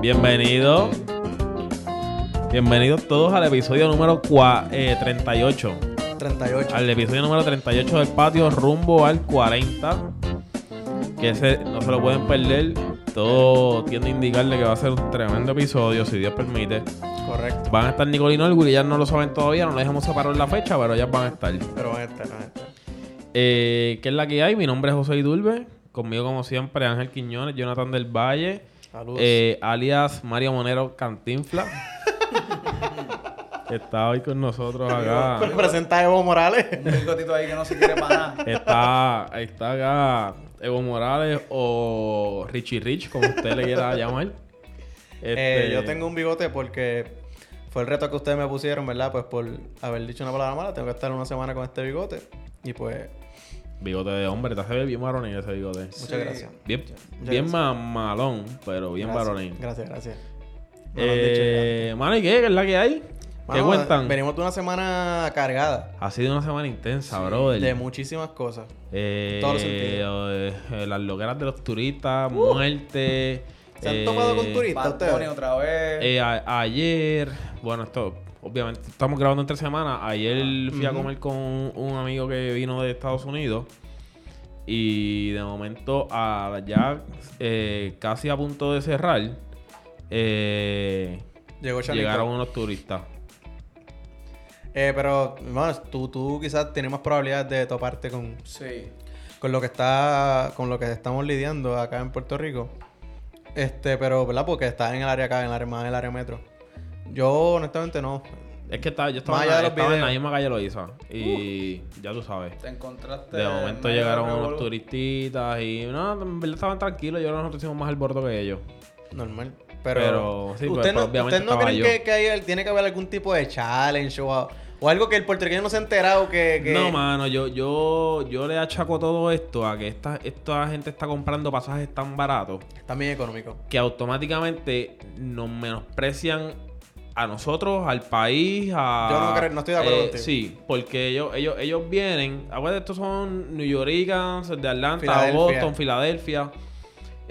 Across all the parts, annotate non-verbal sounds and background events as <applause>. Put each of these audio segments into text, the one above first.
Bienvenido. Bienvenidos todos al episodio número cua- eh, 38. 38. Al episodio número 38 del patio rumbo al 40. Que ese no se lo pueden perder. Todo tiende a indicarle que va a ser un tremendo episodio, si Dios permite. Correcto. Van a estar Nicolino y Willy, ya no lo saben todavía, no les hemos separado la fecha, pero ya van a estar. Pero eh, van a estar, van a estar. Eh, ¿Qué es la que hay? Mi nombre es José Idulbe. Conmigo, como siempre, Ángel Quiñones, Jonathan del Valle, Saludos. <laughs> eh, alias Mario Monero Cantinfla. que está hoy con nosotros Pre- acá. Presenta a Evo Morales. <laughs> Eh, Un bigotito ahí que no se quiere para nada. Está, está acá Evo Morales o Richie Rich, como usted le quiera llamar. <laughs> Eh, Este, yo tengo un bigote porque fue el reto que ustedes me pusieron, ¿verdad? Pues por haber dicho una palabra mala, tengo que estar una semana con este bigote. Y pues, bigote de hombre, te hace ver bien varonil ese bigote. muchas Sí. gracias. Bien, Muchas bien gracias. ma- malón, pero bien Gracias, varonil. Gracias, gracias. Me lo han dicho ya. Eh, mano, ¿y qué? ¿Qué es la que hay? ¿Qué Mano, cuentan? Venimos de una semana cargada Ha sido una semana intensa, Ah, brother. de muchísimas cosas. Eh, todos los sentidos. Uh. eh, eh, las logueras de los turistas, muerte. ¿Se han topado con turistas? Bad ustedes. Bunny otra vez. eh, a- ayer, bueno, esto, obviamente, estamos grabando entre semanas. Ayer fui a Ah. Ujú. comer con un, un amigo que vino de Estados Unidos. Y de momento, a- ya eh, casi a punto de cerrar, eh, Llegó Charlie llegaron Cox. unos turistas. Eh, pero, bueno, tú, tú quizás tienes más probabilidades de toparte con, Sí. con lo que está con lo que estamos lidiando acá en Puerto Rico. Este, pero ¿verdad? Porque está en el área acá, en el área más en el área metro. Yo honestamente no. Es que estaba, yo estaba, Más en allá la, de estaba los en la videos. Uh. misma calle Loiza. Y ya tú sabes. Te encontraste. De momento Este, medio llegaron unos revolú. turistitas y no, en verdad estaban tranquilos. Yo nosotros hicimos más el bordo que ellos. Normal. Pero, Pero, sí, pues, ¿usted pero- no, pero obviamente ¿usted no estaba creen yo. que, que hay- tiene que haber algún tipo de challenge o, o algo que el puertorriqueño no se ha enterado que, que- No, mano, yo, yo, yo le achaco todo esto a que esta, esta gente está comprando pasajes tan baratos Está bien económico. que automáticamente nos menosprecian a nosotros, al país, a... eh, Yo no creo- no estoy de acuerdo contigo. Sí, porque ellos, ellos, ellos vienen... Acuérdate, estos son New Yorkers, de Atlanta, Filadelfia. Boston, Filadelfia.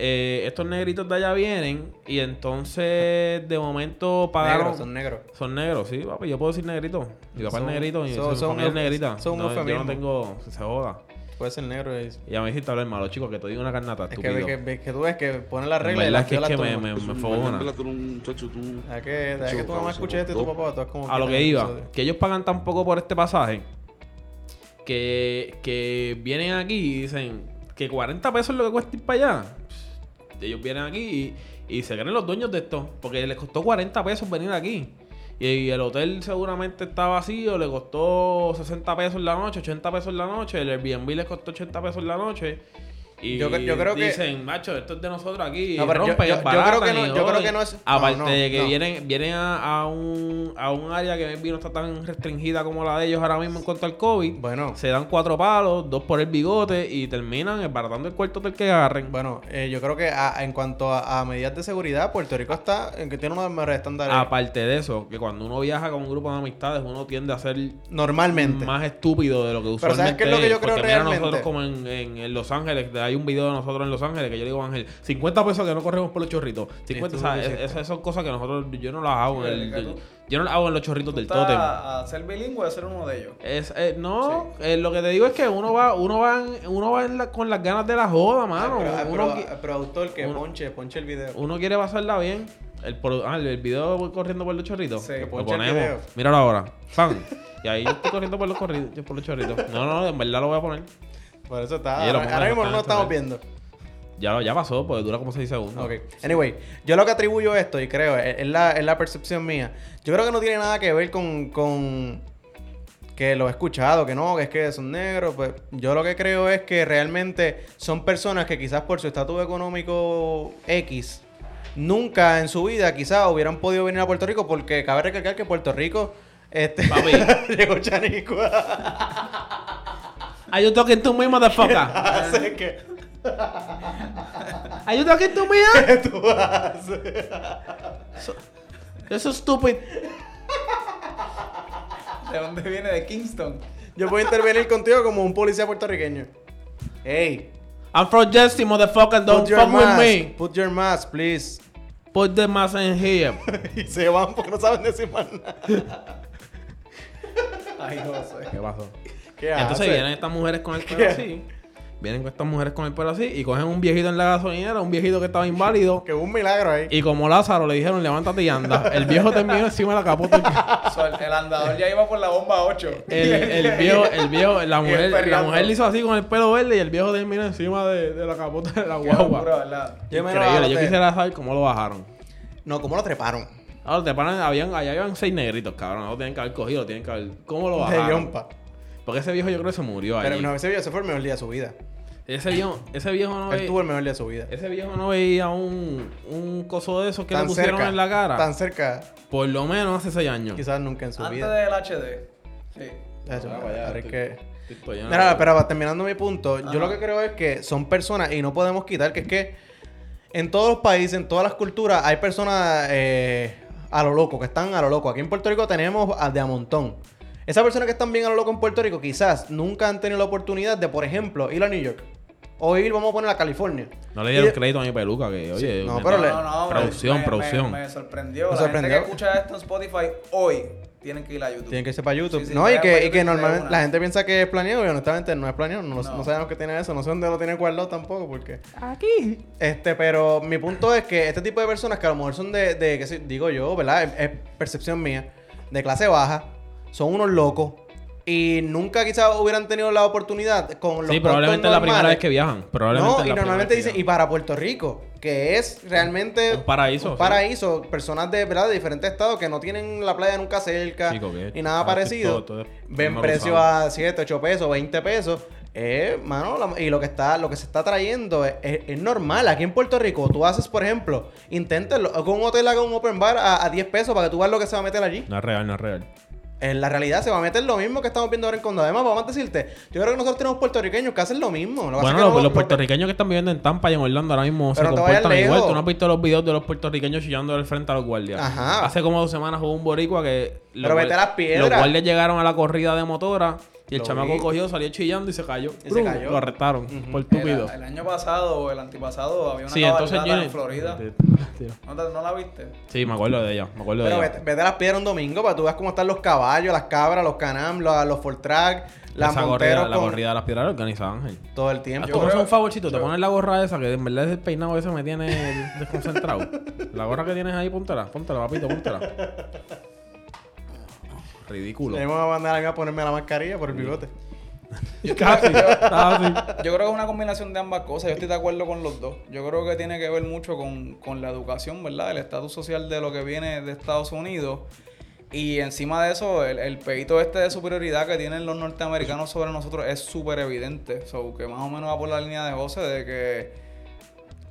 Eh, estos negritos de allá vienen y entonces de momento pagaron... Negros, son negros. Son negros, sí, papi. Yo puedo decir negrito. Mi papá Son- es negrito y son- mi son familia es euf- negrita. son no, yo no eufemismos. tengo... Se joda. Puede ser negro. Es, Y a mí hiciste hablar malo, chicos, que te digo una carnata, es que, estúpido. que- que- que tú ves que ponen la En regla y verdad la es que, es que me, me, Es me Eso, fogona. imagínate tú, muchacho, tú. que, deja que tu mamá escuche esto y tu papá, tú es como a lo que tienes iba, episodio. que ellos pagan tan poco por este pasaje que, que vienen aquí y dicen que 40 pesos es lo que cuesta ir para allá. Ellos vienen aquí y, y se creen los dueños de esto, porque les costó 40 pesos venir aquí. Y, el hotel seguramente está vacío, le costó 60 pesos la noche, 80 pesos la noche, el Airbnb les costó 80 pesos la noche. Y Yo cre- yo creo que- dicen, macho, esto es de nosotros aquí. No, pero yo- rompen, yo- yo creo baratan que no- y yo creo joden". que no es- no, Aparte no, de que no. vienen vienen, vienen a, a un, a un área que maybe no está tan restringida como la de ellos ahora mismo en cuanto al COVID. Bueno. Se dan cuatro palos, dos por el bigote y terminan esbaratando el cuarto del que agarren. Bueno, eh, yo creo que a- en cuanto a, a medidas de seguridad, Puerto Rico está en que tiene uno de los mejores estándares. Aparte de eso, que cuando uno viaja con un grupo de amistades, uno tiende a ser normalmente. más estúpido de lo que Pero usualmente ¿sabes qué es lo que yo es? creo Porque mira realmente? nosotros como en, en- en Los Ángeles, hay un video de nosotros en Los Ángeles que yo le digo, Ángel, 50 pesos que no corremos por los chorritos. 50, tú o sea, lo es- hiciste. esas son cosas que nosotros, yo no las hago. en Sí, el- que yo, tú- yo no las hago en los chorritos Tú del estás tótem. A ser bilingüe, a ser uno de ellos. Es, eh, no, eh, lo que te digo es que uno va, uno va, en- uno va en la- con las ganas de la joda, Ah, mano. pero- ah, uno, pero- qui- ah, productor que uno- ponche, ponche el video. uno quiere pasarla bien. El, pro- ah, el- el video voy corriendo por los chorritos. Sí, lo poncha el video. ponemos. Míralo ahora. Pan. Y ahí yo estoy corriendo por los, corri- por los chorritos. No, no, en verdad lo voy a poner. Por eso está. Y lo Ahora, pongo ahora en mismo no el lo estamos viendo. Ya, lo- ya pasó, porque dura como 6 segundos. Ok. Anyway, yo lo que atribuyo esto, y creo, es, es la, es la percepción mía. Yo creo que no tiene nada que ver con, con que lo he escuchado, que no, que es que son negros. Pues yo lo que creo es que realmente son personas que quizás por su estatus económico X. Nunca en su vida quizás hubieran podido venir a Puerto Rico porque cabe recalcar que Puerto Rico este Papi. <laughs> llegó Chanico. <laughs> Are you talking to me, motherfucker? <laughs> Así que Are you talking to me? tú haces. Eso es stupid. ¿De dónde viene? De Kingston. Yo puedo intervenir contigo como un policía puertorriqueño. Ey, I'm from Jersey, motherfucker, don't Put your fuck mask. with me. Put your mask, please. Put the mask in here. y se van porque no saben decir más nada. Ay, no sé. ¿Qué pasó? ¿Qué Entonces hace? vienen estas mujeres con el pelo así. Vienen con estas mujeres con el pelo así y cogen un viejito en la gasolinera, un viejito que estaba inválido. Que hubo un milagro ahí. Y como Lázaro le dijeron, levántate y anda. El viejo terminó encima de la capota. So, el, el andador ya iba por la bomba 8. El, <laughs> <laughs> el viejo, el viejo, la Y el mujer, la Fernando. mujer le hizo así con el pelo verde y el viejo terminó encima de, de la capota de la Qué <laughs> locura, guagua. ¿verdad? Yo me lo Increíble, yo bajote. quisiera saber cómo lo bajaron. No, ¿cómo lo treparon? Ahora te paran, habían, allá iban seis negritos, cabrón. No lo tienen que haber cogido, lo tienen que haber. ¿Cómo lo De bajaron? Yompa. Porque ese viejo yo creo que se murió allí. Pero no, ese viejo se fue el mejor día de su vida. Ese viejo, ese viejo no Él ve- tuvo el mejor día de su vida. Ese viejo no veía un, un coso de esos que le Tan pusieron cerca, en la cara. Tan cerca, Por lo menos hace seis años. quizás nunca en su Antes vida. del HD. Sí. Ya, yo- Ah, vaya, ahora es estoy- que- estoy todavía no lo Mira, veo. pero va, terminando mi punto, yo Ajá. lo que creo es que son personas, y no podemos quitar, que es que en todos los países, en todas las culturas, hay personas eh, a lo loco, que están a lo loco. Aquí en Puerto Rico tenemos a de a montón. Esas personas que están bien a lo loco en Puerto Rico, quizás nunca han tenido la oportunidad de, por ejemplo, ir a New York. O ir, vamos a poner, a California. No le dieron Y- crédito a mi peluca, que oye. no, me- pero le- me- Producción, me, producción. Me, me sorprendió. Me la sorprendió. gente que escucha esto en Spotify hoy tienen que ir a YouTube. Tienen que irse para YouTube. Sí, sí, no, y vayan para que, y YouTube que de normalmente una. la gente piensa que es planeado y honestamente no es planeado. No, no No. sabemos qué tiene eso. No sé dónde lo tiene guardado tampoco porque... Aquí. Este, pero mi punto es que este tipo de personas que a lo mejor son de, de qué sé- digo yo, ¿verdad? Es, es percepción mía. De clase baja. Son unos locos. Y nunca quizás hubieran tenido la oportunidad con los Sí, costos probablemente es la primera normales. vez que viajan. Probablemente No, es y la primera normalmente vez que dicen, y para Puerto Rico, que es realmente... Un paraíso, un sí. paraíso. Personas de, ¿verdad? de diferentes estados que no tienen la playa nunca cerca viajan. Chico, que- y nada ah, parecido. todo- todo es- Ven no lo precio usamos. a 7, 8 pesos, 20 pesos. Eh, mano, la- y lo que está, lo que se está trayendo es, es- es normal. Aquí en Puerto Rico, tú haces, por ejemplo, inténtalo, o que un hotel haga un open bar a, a 10 pesos para que tú veas lo que se va a meter allí. No es real, no es real. En la realidad se va a meter lo mismo que estamos viendo ahora en Condado. Además, vamos a decirte, yo creo que nosotros tenemos puertorriqueños que hacen lo mismo. Lo que pasa es Bueno, que los, no- los lo- puertorriqueños que están viviendo en Tampa y en Orlando ahora mismo se Pero no te vayas comportan igual. lejos. Tú no has visto los videos de los puertorriqueños chillando del frente a los guardias. Ajá. Hace como dos semanas hubo un boricua que... los Pero vete guar- a las piedras. Los guardias llegaron a la corrida de motora y el Lo chamaco vi. cogió, salió chillando y se cayó. Y se ¡Brum! cayó. Lo arrestaron Ujú. por El, túpido. el año pasado o el antepasado había una Sí, entonces cabalgata yo... en <laughs> Florida. ¿No, te- no la viste? Sí, me acuerdo de ella. Me acuerdo Pero de vete, ella. vete a las piedras un domingo para que tú veas cómo están los caballos, las cabras, los canam, los, los Fortrack, las Esa corrida, monteros la con- corrida de las piedras la organizaba Ángel. todo el Haz tiempo. tú, creo- haz un favorcito, te yo- pones la gorra esa que en verdad es el peinado ese me tiene <laughs> desconcentrado. la gorra que tienes ahí, póntela, póntela, papito, póntela. Ridículo. Tenemos a mandar a mí a ponerme la mascarilla por el bigote. <laughs> Casi, casi. <laughs> Yo creo que es una combinación de ambas cosas. Yo estoy de acuerdo con los dos. Yo creo que tiene que ver mucho con, con la educación, ¿verdad? El estatus social de lo que viene de Estados Unidos. Y encima de eso, el, el peito este de superioridad que tienen los norteamericanos sobre nosotros es súper evidente. So, que más o menos va por la línea de José de que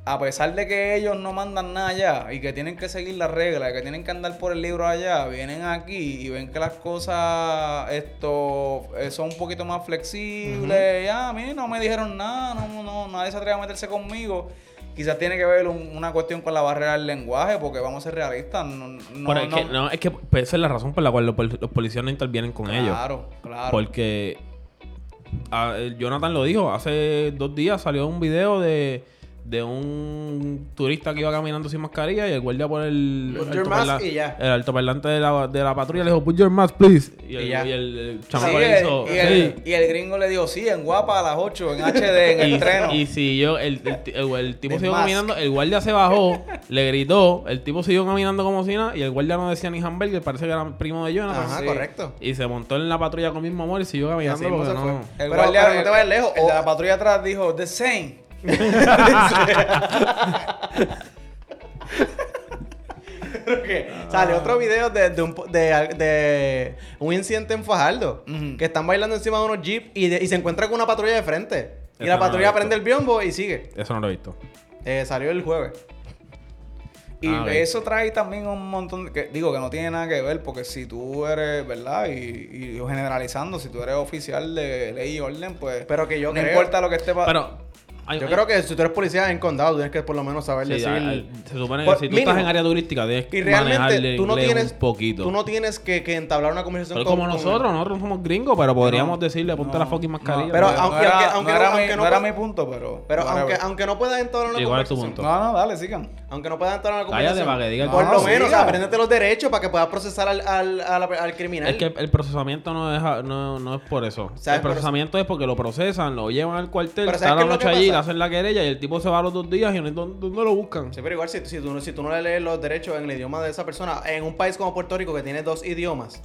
a pesar de que ellos no mandan nada allá y que tienen que seguir las reglas, que tienen que andar por el libro allá, vienen aquí y ven que las cosas esto eh, son un poquito más flexibles. Ya, a mí no me dijeron nada, no, no, nadie se atreve a meterse conmigo. Quizás tiene que ver un- una cuestión con la barrera del lenguaje, porque vamos a ser realistas. No, no, Pero es que, no- no, es que pues, esa es la razón por la cual los, pol- los policías no intervienen Ah, con ellos. Claro, claro. Porque ah, el Jonathan lo dijo, hace dos días salió un video de, de un turista que iba caminando sin mascarilla y el guardia por el, Put el your mask altoparla- y ya. el altoparlante de la, de la patrulla le dijo, put your mask, please. Y el, Y ya. y el- el Sí, chamaco el- le hizo, y, el, "Sí". y el gringo le dijo, sí, en guapa a las 8, en HD, <laughs> en Y- el estreno. Y siguió, el, el, ti- el- el tipo The siguió mask. caminando, el guardia se bajó, <laughs> le gritó, el tipo siguió caminando como si nada y el guardia no decía ni hamburger, parece que era primo de Jonathan. Ajá, sí. correcto. <laughs> Y se montó en la patrulla con mismo amor y siguió Y así caminando mismo porque se fue. no... el Pero- guardia, pero no te vayas lejos. El de la O- patrulla atrás dijo, the same. Creo que sale otro video de, de un, po- de al- de un incidente en Fajardo. Ujú. Que están bailando encima de unos jeeps y, de- y se encuentra con una patrulla de frente. Eso Y la no lo he patrulla visto. prende el biombo y sigue. Eso no lo he visto. Eh, salió el jueves. Y Ah, ok. eso trae también un montón, de- que, digo que no tiene nada que ver, porque si tú eres, ¿verdad? Y, y generalizando, si tú eres oficial de ley y orden, pues Pero que yo no creo- importa lo que esté pasando. Pero hay- Yo hay- creo que si tú eres policía en condado, tienes que por lo menos saber sí, decir. hay- hay- se supone que Por- si tú mínimo. estás en área turística, tienes Y que manejarle realmente el tú no inglés tienes. un poquito. Tú no tienes que, que entablar una conversación Pero con- como con- nosotros, nosotros no somos gringos, pero podríamos decirle, ponte la No, fucking mascarilla. no, Pero no, aunque- no era- aunque- no aunque era no- mi- aunque no no era pa- mi punto, pero. Pero aunque, whatever. aunque no puedas entablar una Igual es tu conversación. punto. No, no, dale, sigan. Aunque no puedas entrar en la Cállate, conversación. para que diga el Por No, lo sí, menos, diga. apréndete los derechos para que puedas procesar al, al, al, al criminal. Es que el procesamiento no es, no, no es por eso. ¿Sabes? El procesamiento es porque lo procesan, lo llevan al cuartel, Pero están ¿sabes qué la es lo noche que allí, le pasa? hacen la querella y el tipo se va a los dos días y no, no- no lo buscan. Sí, pero igual si, si tú, no- si tú no le lees los derechos en el idioma de esa persona, en un país como Puerto Rico que tiene dos idiomas,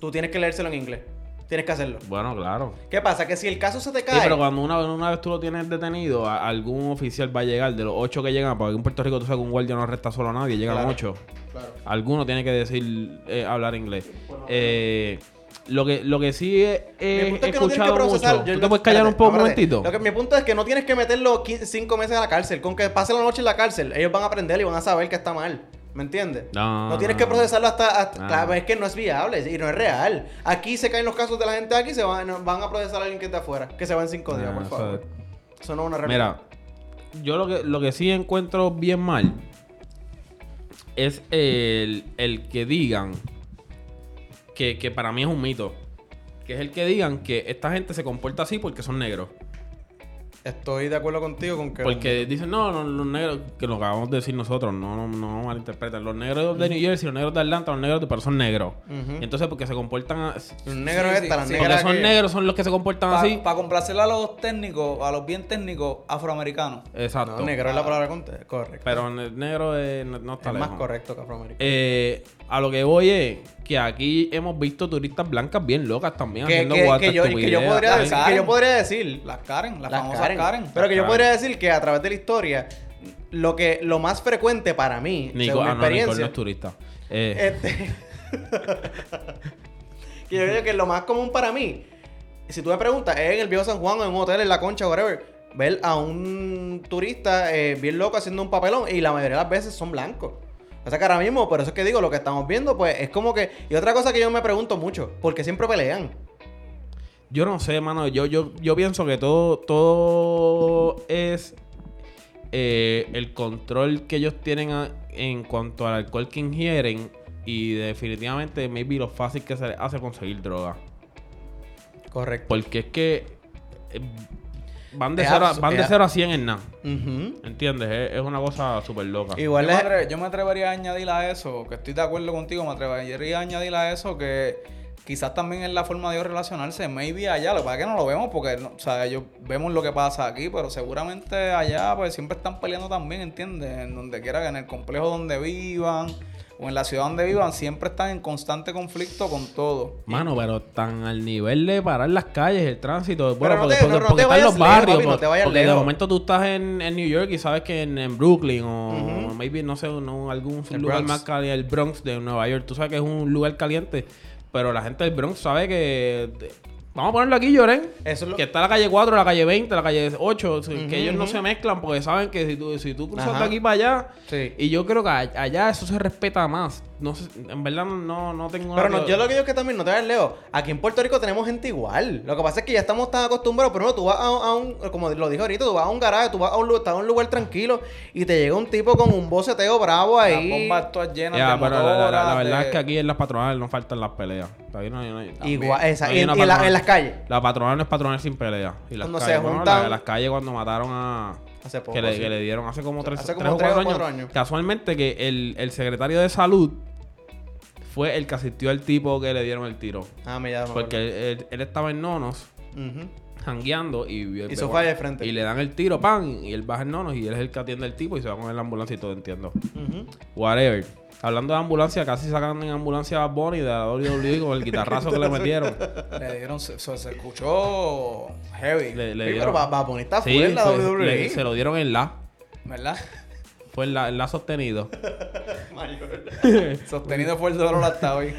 tú tienes que leérselo en inglés. Tienes que hacerlo. Bueno, claro. ¿Qué pasa? Que si el caso se te Sí, cae... pero cuando una, una vez tú lo tienes detenido, a- algún oficial va a llegar, de los ocho que llegan, porque en Puerto Rico tú sabes que un guardia no arresta solo a nadie, llegan Claro. ocho. Claro. Alguno tiene que decir, eh, hablar inglés. Eh, lo, que, lo que sí he, he Mi punto es que no tienes que escuchado procesar. Eh, mucho. Yo ¿Tú te lo- puedes callar un espérate, poco un espérate. momentito? Lo que, mi punto es que no tienes que meterlo 15 cinco meses a la cárcel. Con que pase la noche en la cárcel, ellos van a aprender y van a saber que está mal. ¿Me entiendes? No. Ah. tienes que procesarlo hasta... hasta- No. Claro, es que no es viable y no es real. Aquí se caen los casos de la gente aquí y se van, van a procesar a alguien que está afuera. Que se va en cinco días, Ah, por eso favor. Eso no es una realidad. Mira, yo lo que, lo que sí encuentro bien mal es el, el que digan, que, que para mí es un mito, que es el que digan que esta gente se comporta así porque son negros. Estoy de acuerdo contigo con que... Porque dicen, no, no, los negros, que lo acabamos de decir nosotros, no, no, no malinterpreten. Los negros de New Jersey, los negros de Atlanta, los negros de pero son negros. Ujú. Y entonces porque se comportan así. Los negros Sí, sí, esta, las sí. Porque negras son aquella. negros, son los que se comportan así. Para complacer a los técnicos, a los bien técnicos afroamericanos. Exacto. No, negro es la palabra conte- correcta. Pero el negro eh, no, no está es más lejos. correcto que afroamericano. Eh, a lo que voy es que aquí hemos visto turistas blancas bien locas también que, haciendo que- guata que yo, que yo estupidez. podría Las decir, que Karen. yo podría decir Las Karen, las, las famosas Karen. Karen. Pero que yo Las podría decir que a través de la historia, lo que lo más frecuente para mí, Nico, según mi ah, no, Nicole no experiencia, es turista. Eh, este, <laughs> que yo creo que lo más común para mí, si tú me preguntas, es en el viejo San Juan o en un hotel, en la concha, whatever, ver a un turista eh, bien loco haciendo un papelón y la mayoría de las veces son blancos. O sea que ahora mismo, por eso es que digo, lo que estamos viendo, pues es como que. Y otra cosa que yo me pregunto mucho, porque siempre pelean. Yo no sé, mano. Yo, yo, yo pienso que todo, todo es eh, el control que ellos tienen a- en cuanto al alcohol que ingieren. Y definitivamente, maybe lo fácil que se les hace conseguir droga. Correcto. Porque es que eh, van de Es 0 a, abs- van de es- cero a 100 en nada. Pues, ¿Entiendes? Es, es una cosa súper loca. Igual Yo me, es. atre- yo me atrevería a añadir a eso, que estoy de acuerdo contigo, me atrevería a añadir a eso que quizás también es la forma de ellos relacionarse, maybe allá, lo que pasa es que no lo vemos porque, no- o sea, ellos vemos lo que pasa aquí, pero seguramente allá pues siempre están peleando también, ¿entiendes? En donde quiera, que en el complejo donde vivan o en la ciudad donde vivan, siempre están en constante conflicto con todo. Mano, pero tan al nivel de parar las calles, el tránsito. Bueno, no porque, te- porque- no- no porque está te en vayas los lejos, barrios. papi, no porque- te vayas porque de lejos. momento tú estás en, en New York y sabes que en, en Brooklyn o Ujú. maybe, no sé, no, algún El lugar Bronx. más caliente, el Bronx de Nueva York. Tú sabes que es un lugar caliente, pero la gente del Bronx sabe que. Vamos a ponerlo aquí, Lloren. Eso es Eh, lo Que está la calle 4, la calle 20, la calle 8. o sea, Ujú, Que ellos no ujú. se mezclan porque saben que si tú, si tú cruzas Ajá. de aquí para allá. Sí. Y yo creo que a- allá eso se respeta más. No sé, en verdad no, no tengo Pero una- no, yo lo que digo es que también, no te veas leo, aquí en Puerto Rico tenemos gente igual. Lo que pasa es que ya estamos tan acostumbrados, pero no, tú vas a, a un, como lo dije ahorita, tú vas a un garaje, tú vas a un, lu- estás a un lugar tranquilo y te llega un tipo con un boceteo bravo Las ahí. bombas todas llenas Ya, de pero la, la- la motoras, verdad de- es que aquí en las patronales no faltan las peleas. Ahí no hay- no hay- Igual, esa, no y, hay en, una y en la- patronal. en las calles. La patronal no es patronal sin pelea. Y las Cuando se calles, bueno, juntan- la- las calles cuando mataron a... Hace poco. que, le, sí. que le dieron hace como tres, Hace como tres o tres cuatro, o cuatro años. años. Casualmente que el, el secretario de salud fue el que asistió al tipo que le dieron el tiro. Ah, me llama. Porque él, él- él estaba en nonos, jangueando y... Y se fue allá de frente. Y le dan el tiro, pan, y él baja en nonos y él es el que atiende al tipo y se va con el ambulancia y todo, entiendo. Whatever. Hablando de ambulancia, casi sacan en ambulancia a Bad Bunny de la WWE con el guitarrazo <laughs> que le metieron. Le dieron, se, se- se escuchó heavy, Le, le Pero dieron. va, va a poner esta Sí, fuerte la E. se, WWE. le- se lo dieron en la. ¿verdad? Fue en la, en la <laughs> sostenido. Sostenido fue el dolor hasta hoy.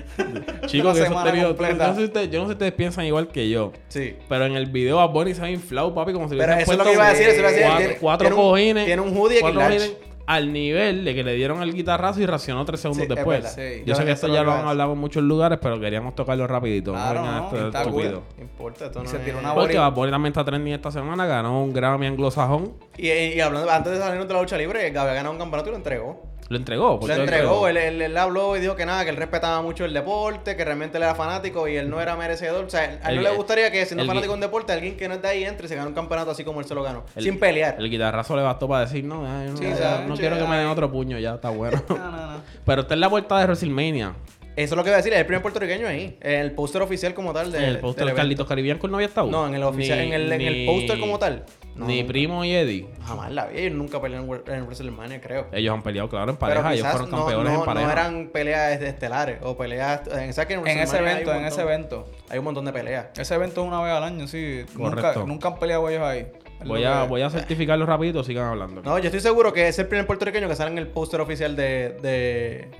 Chicos, que semana sostenido. Yo completa. no, sé si ustedes, yo no sé si ustedes piensan igual que yo. Sí. Pero en el video a Bunny se ha inflado, papi, como si le Pero hubiesen eso es lo puesto que iba a decir, eso iba a decir. Cuatro, cuatro Tiene- tiene un- cojines. tiene un hoodie cuatro King Large. cojines. al nivel de que le dieron el guitarrazo y racionó tres segundos Sí, es después. verdad. Sí. Yo Yo- sé que esto eso ya lo lo iba a han hablado en muchos lugares, pero queríamos tocarlo rapidito. Claro, no, vengan no, esto de está estúpido. cool. No importa, esto Y no se es- tiró una bo- Porque Bad Bunny también está trending esta semana, ganó un Grammy anglosajón. Y, y hablando, antes de salirnos de la lucha libre, Gabe ganó un campeonato y lo entregó. Lo entregó. ¿por Lo qué entregó, él, él, él habló y dijo que nada, que él respetaba mucho el deporte, que realmente él era fanático y él no era merecedor. O sea, a él El- no le gustaría que siendo el- fanático de un deporte, alguien que no está ahí entre y se gane un campeonato así como él se lo ganó. El- sin pelear. El guitarrazo le bastó para decir, no, ay, no, Sí, ya, ¿sabes? no Che, quiero que me den eh. ay. otro puño, ya está bueno. <laughs> No, no, no. pero está en la vuelta de WrestleMania. Eso es lo que iba a decir, es el primer puertorriqueño ahí. El póster oficial como tal de, el póster del de evento. Carlitos Caribbean no había estado. No, en el oficial, en el, en el ni- póster como tal. No, ni nunca. Primo y Eddie. Jamás la vi, ellos nunca pelearon en Wor- en WrestleMania, creo. Ellos han peleado, claro, en Eh, pareja. Ellos fueron no- campeones no, en pareja. No eran peleas estelares o peleas. En, sabes que en En WrestleMania ese hay evento, un en ese montón- evento. Hay un montón de peleas. Ese evento es una vez al año, sí. Nunca, Correcto. nunca han peleado ellos ahí. Es Voy lo a, que- voy a certificarlo rapidito, sigan hablando. No, yo estoy seguro que es el primer puertorriqueño que sale en el póster oficial de, de-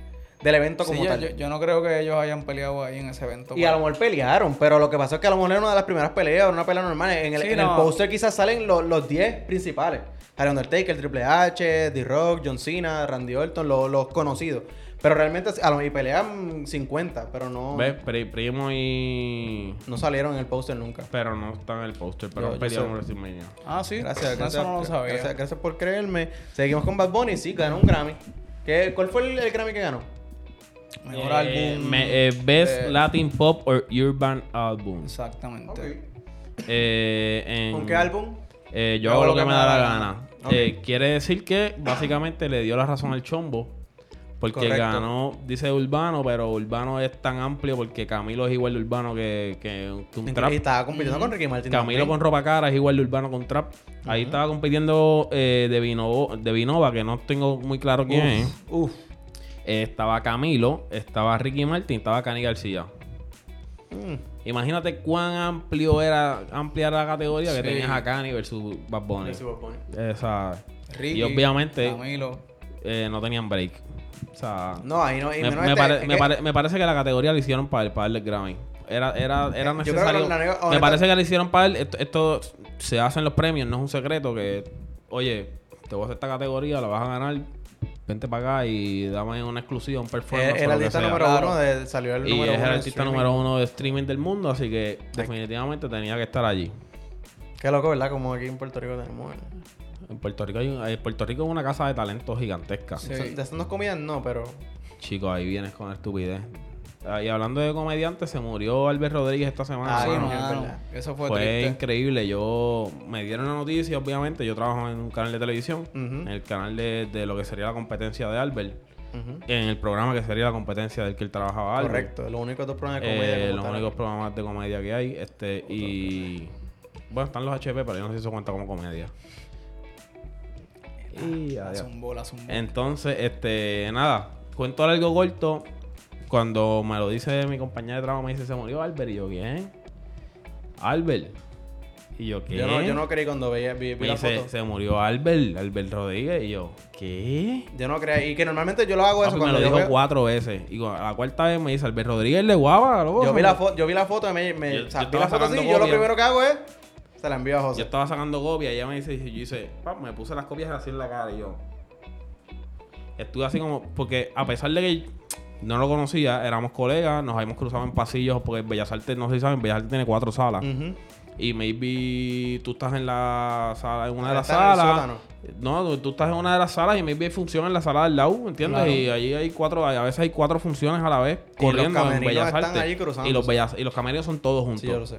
del evento Sí, como yo, tal. yo- yo no creo que ellos hayan peleado ahí en ese evento. Y a lo mejor pelearon, pero lo que pasó es que a lo mejor era una de las primeras peleas, una pelea normal. En el, Sí, en no. el póster quizás salen lo- los 10 principales. Harry Undertaker, Triple H, D-Rock, John Cena, Randy Orton, lo- los conocidos. Pero realmente, a lo, y pelean 50, pero no, ¿Ves? Pri- Primo y. no salieron en el póster nunca. Pero no están en el póster, pero Yo- han yo peleado sé. en WrestleMania. Ah, sí. Gracias, Eso gracias. no lo sabía. Gracias, gracias por creerme. Seguimos con Bad Bunny, sí, ganó un Grammy. ¿Qué, ¿Cuál fue el, el Grammy que ganó? Mejor Eh, álbum. me- eh, best de- Latin Pop or Urban Album. Exactamente. Eh, en- ¿Con qué álbum? Eh, yo hago lo que me da la gana. Ok. Eh, quiere decir que básicamente le dio la razón al chombo. Porque Correcto. ganó, dice Urbano, pero Urbano es tan amplio porque Camilo es igual de urbano que, que un- que un trap. Y estaba compitiendo con Ricky Martin. Camilo con ropa cara es igual de urbano con trap. Ahí estaba compitiendo eh, de, Vinovo- de Vinova, que no tengo muy claro quién es. Uf. Eh, estaba Camilo, estaba Ricky Martin, estaba Cani García. Mm. Imagínate cuán amplio era, amplia era la categoría que Sí. tenías a Cani versus Bad Bunny. Ese Bad Bunny. Esa- Ricky, y obviamente Camilo. eh, no tenían break. O sea, No, ahí no. y me, menos me este, pare- es me que- pare- me parece que la categoría la hicieron para el, para el Grammy. Era, era, era Eh, yo creo que necesario. la- la- me honesta- parece que la hicieron para él. Esto, esto se hace en los premios, no es un secreto que, oye, te voy a hacer esta categoría, la vas a ganar, vente para acá y dame una exclusiva, un el, performance. o Eh, el lo que artista sea. número Claro. uno de, salió el Y número es uno. el en artista streaming. número uno de streaming del mundo, así que definitivamente tenía que estar allí. Qué loco, ¿verdad? Como aquí en Puerto Rico tenemos. el- En Puerto Rico, hay, un- eh, Puerto Rico es una casa de talentos gigantesca. Sí. son- De estas dos comidas no, pero. Chicos, ahí vienes con la estupidez. Ah, Y hablando de comediantes, se murió Albert Rodríguez esta semana. Ah, sí, mano. no, es mano. verdad. Eso fue, fue triste. increíble. Yo me dieron la noticia, obviamente. Yo trabajo en un canal de televisión, Ujú. en el canal de, de lo que sería la competencia de Albert, Ujú. en el programa que sería la competencia del que él trabajaba. Albert. Correcto, los únicos dos programas de comedia. Eh, como los tal. únicos programas de comedia que hay. Este, y. Bueno, están los HP, pero yo no sé si eso cuenta como comedia. Y La adiós. zumbó, la zumbó. Entonces, este, nada, cuento algo corto. Cuando me lo dice mi compañera de trabajo, me dice, se murió Albert. Y yo, ¿quién? Albert. Y yo, ¿qué? Yo no, yo no creí cuando veía, vi, vi me la dice, foto. se murió Albert, Albert Rodríguez. Y yo, ¿qué? Yo no creí. Y que normalmente yo lo hago eso Papi, me cuando lo yo dijo veo- cuatro veces. Y cu- a la cuarta vez me dice, Albert Rodríguez de guava, loco". Yo vi la foto, yo vi la foto y me, me- Yo- yo o sea, vi estaba la foto así, sacando yo lo copia. primero que hago es se la envío a Yo José. estaba sacando copias y ella me dice, y yo hice, "Pap", me puse las copias así en la cara y yo. Estuve así como, porque a pesar de que no lo conocía, éramos colegas, nos habíamos cruzado en pasillos, porque Bellas Artes, no sé si saben, Bellas Artes tiene cuatro salas. Ujú. Y maybe tú estás en la sala, en una Ah, de las está en el salas. No, tú- tú estás en una de las salas y maybe hay función en la sala del lado, ¿entiendes? Claro. Y allí hay cuatro, a veces hay cuatro funciones a la vez Y los corriendo en camerinos Bellas están Artes. ahí y los cruzándose. bellas, y los camerinos son todos juntos. Sí, yo lo sé.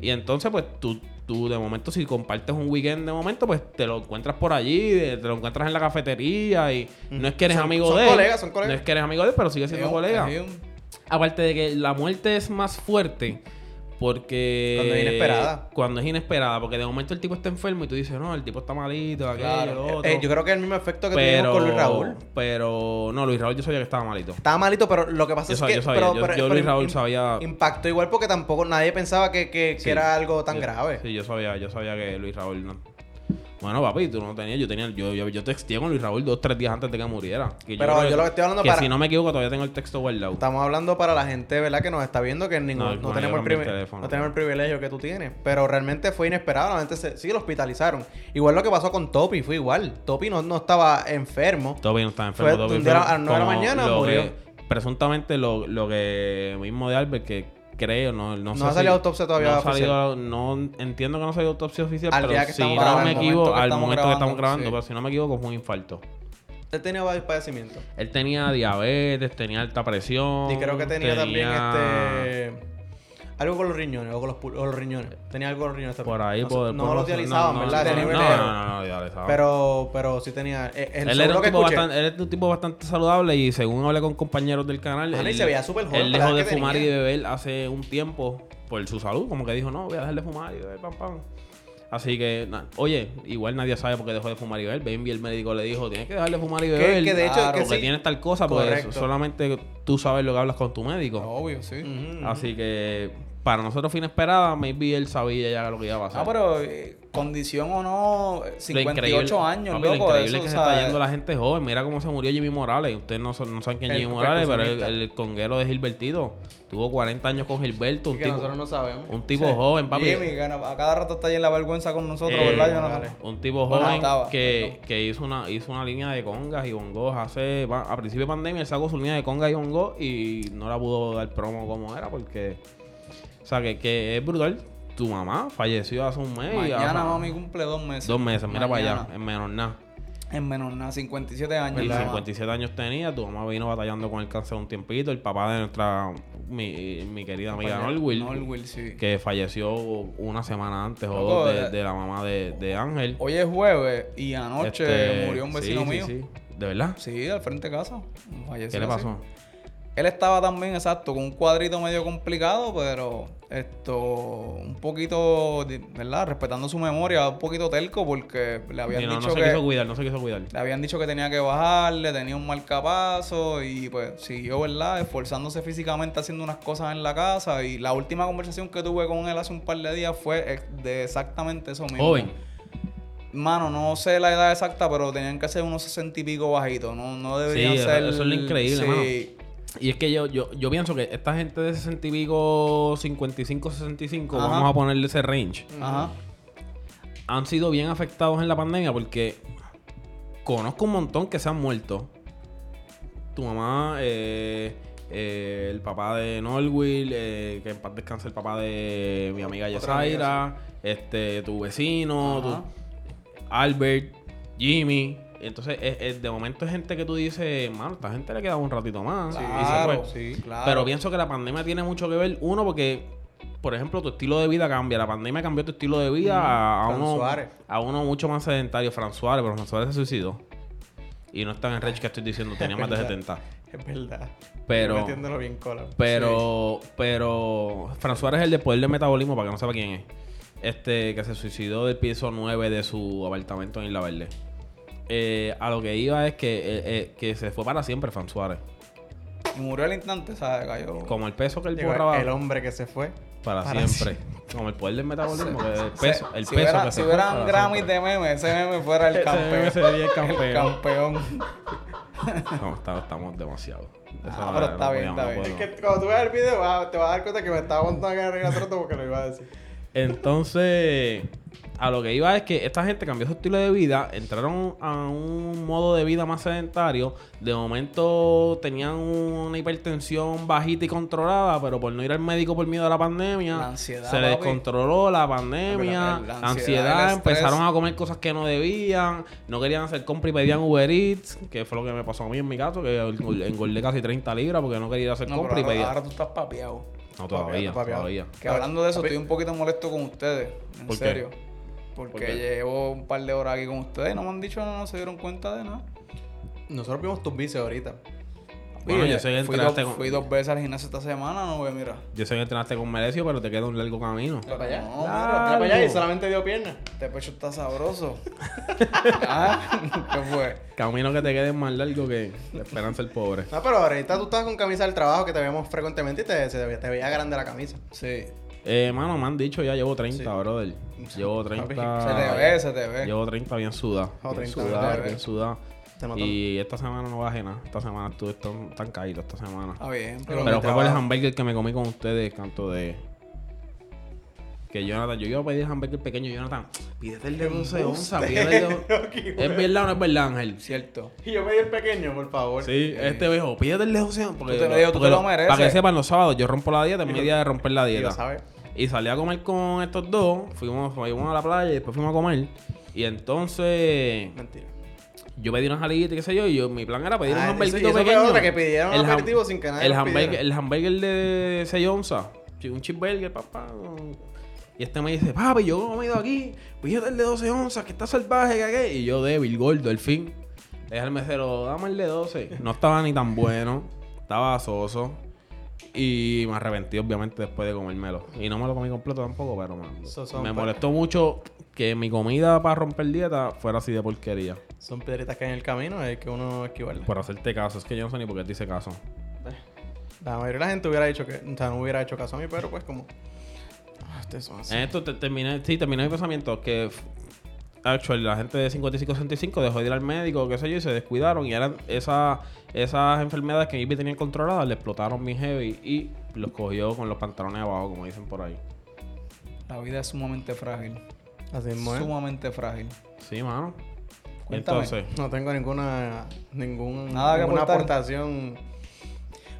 Y entonces, pues tú, tú de momento, si compartes un weekend de momento, pues te lo encuentras por allí, de- te lo encuentras en la cafetería y no es que eres Son- amigo son de él. colegas, son colegas. No es que eres amigo de él, pero sigue siendo Es un- colega. es un- Aparte de que la muerte es más fuerte porque. Cuando es inesperada. Cuando es inesperada, porque de momento el tipo está enfermo y tú dices, no, el tipo está malito, aquello, Claro. lo otro. Eh, yo creo que es el mismo efecto que pero, tuvimos con Luis Raúl. Pero, no, Luis Raúl yo sabía que estaba malito. Estaba malito, pero lo que pasa Yo es sabía, que yo sabía. pero- Yo- pero- yo pero Luis Raúl im- sabía- Impactó igual porque tampoco nadie pensaba que, que- que Sí. era algo tan Yo- grave. Sí, yo sabía, yo sabía que Luis Raúl no. Bueno, papi, tú no tenías, yo tenía, yo, yo, yo texté con Luis Raúl dos, tres días antes de que muriera. Que Pero creo yo lo que estoy hablando que para- si no me equivoco, todavía tengo el texto guardado. Estamos hablando para la gente, ¿verdad? Que nos está viendo que ningún, No, no, bueno, yo tenemos el cambié el privi- teléfono. no tenemos el privilegio que tú tienes. Pero realmente fue inesperado. La gente se, sí lo hospitalizaron. Igual lo que pasó con Topi fue igual. Topi no, no estaba enfermo. Todavía no estaba enfermo. Fue Toby de un día fue a las nueve de la como mañana, lo murió. que- presuntamente lo, lo que mismo de Albert, que creo, no, no, No sé ha salido si- autopsia todavía no ha salido- no entiendo que no ha salido autopsia oficial, Al pero día que si estamos no grabando, me al equivoco, momento que al estamos momento que estamos grabando, grabando, sí. pero si no me equivoco, fue un infarto. Él tenía varios padecimientos. Él tenía diabetes, tenía alta presión. Y creo que tenía- tenía, también este. Algo con los riñones, o con los, pul- o los riñones. Tenía algo con los riñones también. Por ahí, no, sé, por, no por- lo utilizaban, no, no, ¿verdad? No, Tenía no, dinero. no, no, no, dializaban. Pero, pero sí tenía. eh, eh, él según era, lo un que tipo escuché, bastante, él era un tipo bastante saludable y según hablé con compañeros del canal, Mano, y él, se veía súper joven él para la dejó de edad que fumar y tenía. de beber hace un tiempo por su salud, como que dijo, no, voy a dejar de fumar y beber, pam, pam. Así que, na- oye, igual nadie sabe por qué dejó de fumar y beber. Baby, el médico le dijo, tienes que dejar de fumar y beber. que de hecho claro, que porque sí. tienes tal cosa, porque Correcto. solamente tú sabes lo que hablas con tu médico. Obvio, sí. Ujú, Así que, para nosotros fue inesperada, maybe él sabía ya lo que iba a pasar. pues Ah, pero eh, condición o no, Lo increíble- 58 años, papi, lo loco. increíble eso, es que o se sea, está yendo la gente joven. Mira cómo se murió Jimmy Morales. Ustedes no, son- no saben quién es El Jimmy Morales, pero el, percusionista. el conguero de Gilbertito. Tuvo 40 años con Gilberto. Un que tipo, nosotros no sabemos. un tipo joven, papi. Jimmy, que no- a cada rato está ahí en la vergüenza con nosotros, Eh, ¿verdad? Yo no vale. Un tipo Bueno, joven estaba, que, perdón. que hizo una hizo una línea de congas y bongos hace va- a principio de pandemia él sacó su línea de congas y bongos y no la pudo dar promo como era porque o sea que, que es brutal tu mamá falleció hace un mes y Mañana, hace- mami, cumple dos meses. dos meses mira para allá Mañana. en menos nada En menos nada, 57 años. Y nada más. 57 años tenía, tu mamá vino batallando con el cáncer un tiempito, el papá de nuestra, mi, mi querida amiga Compañero, Norwill, Norwill, sí. que falleció una semana antes o Loco, dos de, eh, de la mamá de, de Ángel. Hoy es jueves y anoche Este, murió un sí, vecino sí, mío. Sí, sí. ¿De verdad? al frente de casa. Falleció ¿Qué le así. pasó? Él estaba también, exacto, con un cuadrito medio complicado, pero esto, un poquito, di- ¿verdad? Respetando su memoria, un poquito telco porque le habían Ni- no, dicho no se que... quiso cuidar, no se quiso cuidar. Le habían dicho que tenía que bajarle, tenía un marcapaso y pues siguió, ¿verdad? Esforzándose físicamente haciendo unas cosas en la casa. Y la última conversación que tuve con él hace un par de días fue ex- de exactamente eso mismo. Joven. Mano, no sé la edad exacta, pero tenían que ser unos sesenta y pico bajitos. No, no deberían Sí, ser. eso es lo increíble, sí. Y es que yo, yo, yo pienso que esta gente de 60 y pico, 55, 65, Ajá. vamos a ponerle ese range. Ajá. han sido bien afectados en la pandemia porque conozco un montón que se han muerto. Tu mamá, eh, eh, el papá de Norwill, eh, que en paz descanse el papá de mi amiga Otra amiga, Yesaira, este, tu vecino, Ajá. tu- Albert, Jimmy. Entonces, es- es- de momento es gente que tú dices, mano, esta gente le queda un ratito más. y- y se fue. Claro, sí, claro. Pero pienso que la pandemia tiene mucho que ver. Uno, porque, por ejemplo, tu estilo de vida cambia. La pandemia cambió tu estilo de vida a, a Fran uno, Suárez. a uno mucho más sedentario. Fran Suárez, pero Fran Suárez se suicidó. Y no es tan en rage que estoy diciendo, tenía <laughs> más de verdad. 70. Es verdad. Pero- Metiéndolo bien cola. Pero, pero, Fran Suárez es el de poder de metabolismo, para que no sepa quién es. Este, que se suicidó del piso 9 de su apartamento en Isla Verde. Eh, a lo que iba es que, eh, eh, que se fue para siempre Fran Suárez. Y murió al instante, ¿sabes? Cayó. Como el peso que él Oh. Llegó borraba- el hombre que se fue. Para, Para siempre. Como el poder del metabolismo, que el O sea, peso, el si peso hubiera, que si se hubiera fue un para Grammy Ah, siempre. de meme, ese meme fuera el campeón. sería el <laughs> El campeón. campeón. No, está- estamos demasiado. De esa Ah, manera pero no está bien, podíamos, está no bien. podíamos. cuando tú veas el video vas a- te vas a dar cuenta que me estaba montando en el troto porque lo iba a decir. Entonces, a lo que iba es que esta gente cambió su estilo de vida, entraron a un modo de vida más sedentario. De momento tenían una hipertensión bajita y controlada, pero por no ir al médico por miedo a la pandemia, La ansiedad, se papi. les controló la pandemia, La- la la ansiedad, ansiedad, el estrés. empezaron a comer cosas que no debían, no querían hacer compra y pedían Uber Eats, que fue lo que me pasó a mí en mi caso, que engor- engordé casi 30 libras porque no quería ir a hacer No, compra pero y ahora, pedía. ahora tú estás papeado. No, todavía, Papi, papi, todavía. Que hablando de eso, estoy un poquito molesto con ustedes. En ¿Por qué? serio. ¿Por Porque qué? llevo un par de horas aquí con ustedes y no me han dicho nada, no se dieron cuenta de nada. Nosotros vimos tus bíceps ahorita. Bueno, Oye, yo sé que fui, entraste dos, con- fui dos veces al gimnasio esta semana, no voy a mirar. Yo sé que entrenaste con Merecio, pero te queda un largo camino. Para allá. Ah, Mira, No, mira para allá y solamente dio pierna. Este pecho está <laughs> sabroso. ah, ¿Qué fue? Camino que te quede más largo que la esperanza del pobre. No, pero ahorita tú estabas con camisa del trabajo que te vemos frecuentemente y te, se te, ve- te veía grande la camisa. Sí. Eh, mano, me han dicho ya llevo 30, brother. Llevo 30. Se te ve, se te ve. Llevo 30 bien sudado. Oh, bien 30, sudado, se te ve. bien sudado. Se notó. Y esta semana no bajé nada. Esta semana estuve tan, tan caído esta semana. Ah, bien, pero, Pero, mi fue por el trabajo- hamburger que me comí con ustedes, canto de. Que Jonathan, yo iba a pedir el hamburger pequeño, Jonathan. Pídete el de 11 onzas, pídete <laughs> el de... ¿Es verdad o no es verdad, Ángel? Cierto. <laughs> Y yo pedí el pequeño, por favor. Eh, Sí, este viejo, pídete el de 11 onzas. Porque, Tú te lo digo, tú porque te lo mereces. Para que sepan, los sábados yo rompo la dieta, es mi lo- día de romper la Y lo dieta. sabes. Y salí a comer con estos dos, fuimos, fuimos a la playa y después fuimos a comer. Y entonces, Mentira. yo pedí unas jalitas y qué sé yo, y yo, mi plan era pedir Ah, un eso- hamburguito eso fue pequeño. otra, que pidieron un ham- aperitivo sin que nadie el los hamburger, pidiera. el hamburger de 6 onzas, sí, un cheeseburger, papá. Y este me dice, papi, yo he comido aquí, pídete el de 12 onzas, que está salvaje, que qué. Y yo débil, gordo, el fin. Le dije al mesero, dame el de 12. No estaba ni tan bueno, estaba soso. Y me arrepentí, obviamente, después de comérmelo. Y no me lo comí completo tampoco, pero me- Sosón, me pa- molestó mucho que mi comida para romper dieta fuera así de porquería. Son piedritas que hay en el camino, hay que uno esquivarlas. Por hacerte caso, es que yo no sé ni por qué te hice caso. La mayoría de la gente hubiera dicho que, o sea, no hubiera hecho caso a mí, pero pues como. Ah, ustedes son así. En esto te- terminé, sí, terminé mi pensamiento que f- actual, la gente de 55-65 dejó de ir al médico, qué sé yo, y se descuidaron y eran esa, esas enfermedades que ellos tenían controladas, le explotaron bien heavy y los cogió con los pantalones abajo, como dicen por ahí. La vida es sumamente frágil. Así mismo es. Sumamente frágil. Sí, mano. Y Cuéntame. Entonces, No tengo ninguna. Ningún, Nada que ninguna aportar. aportación. Eh,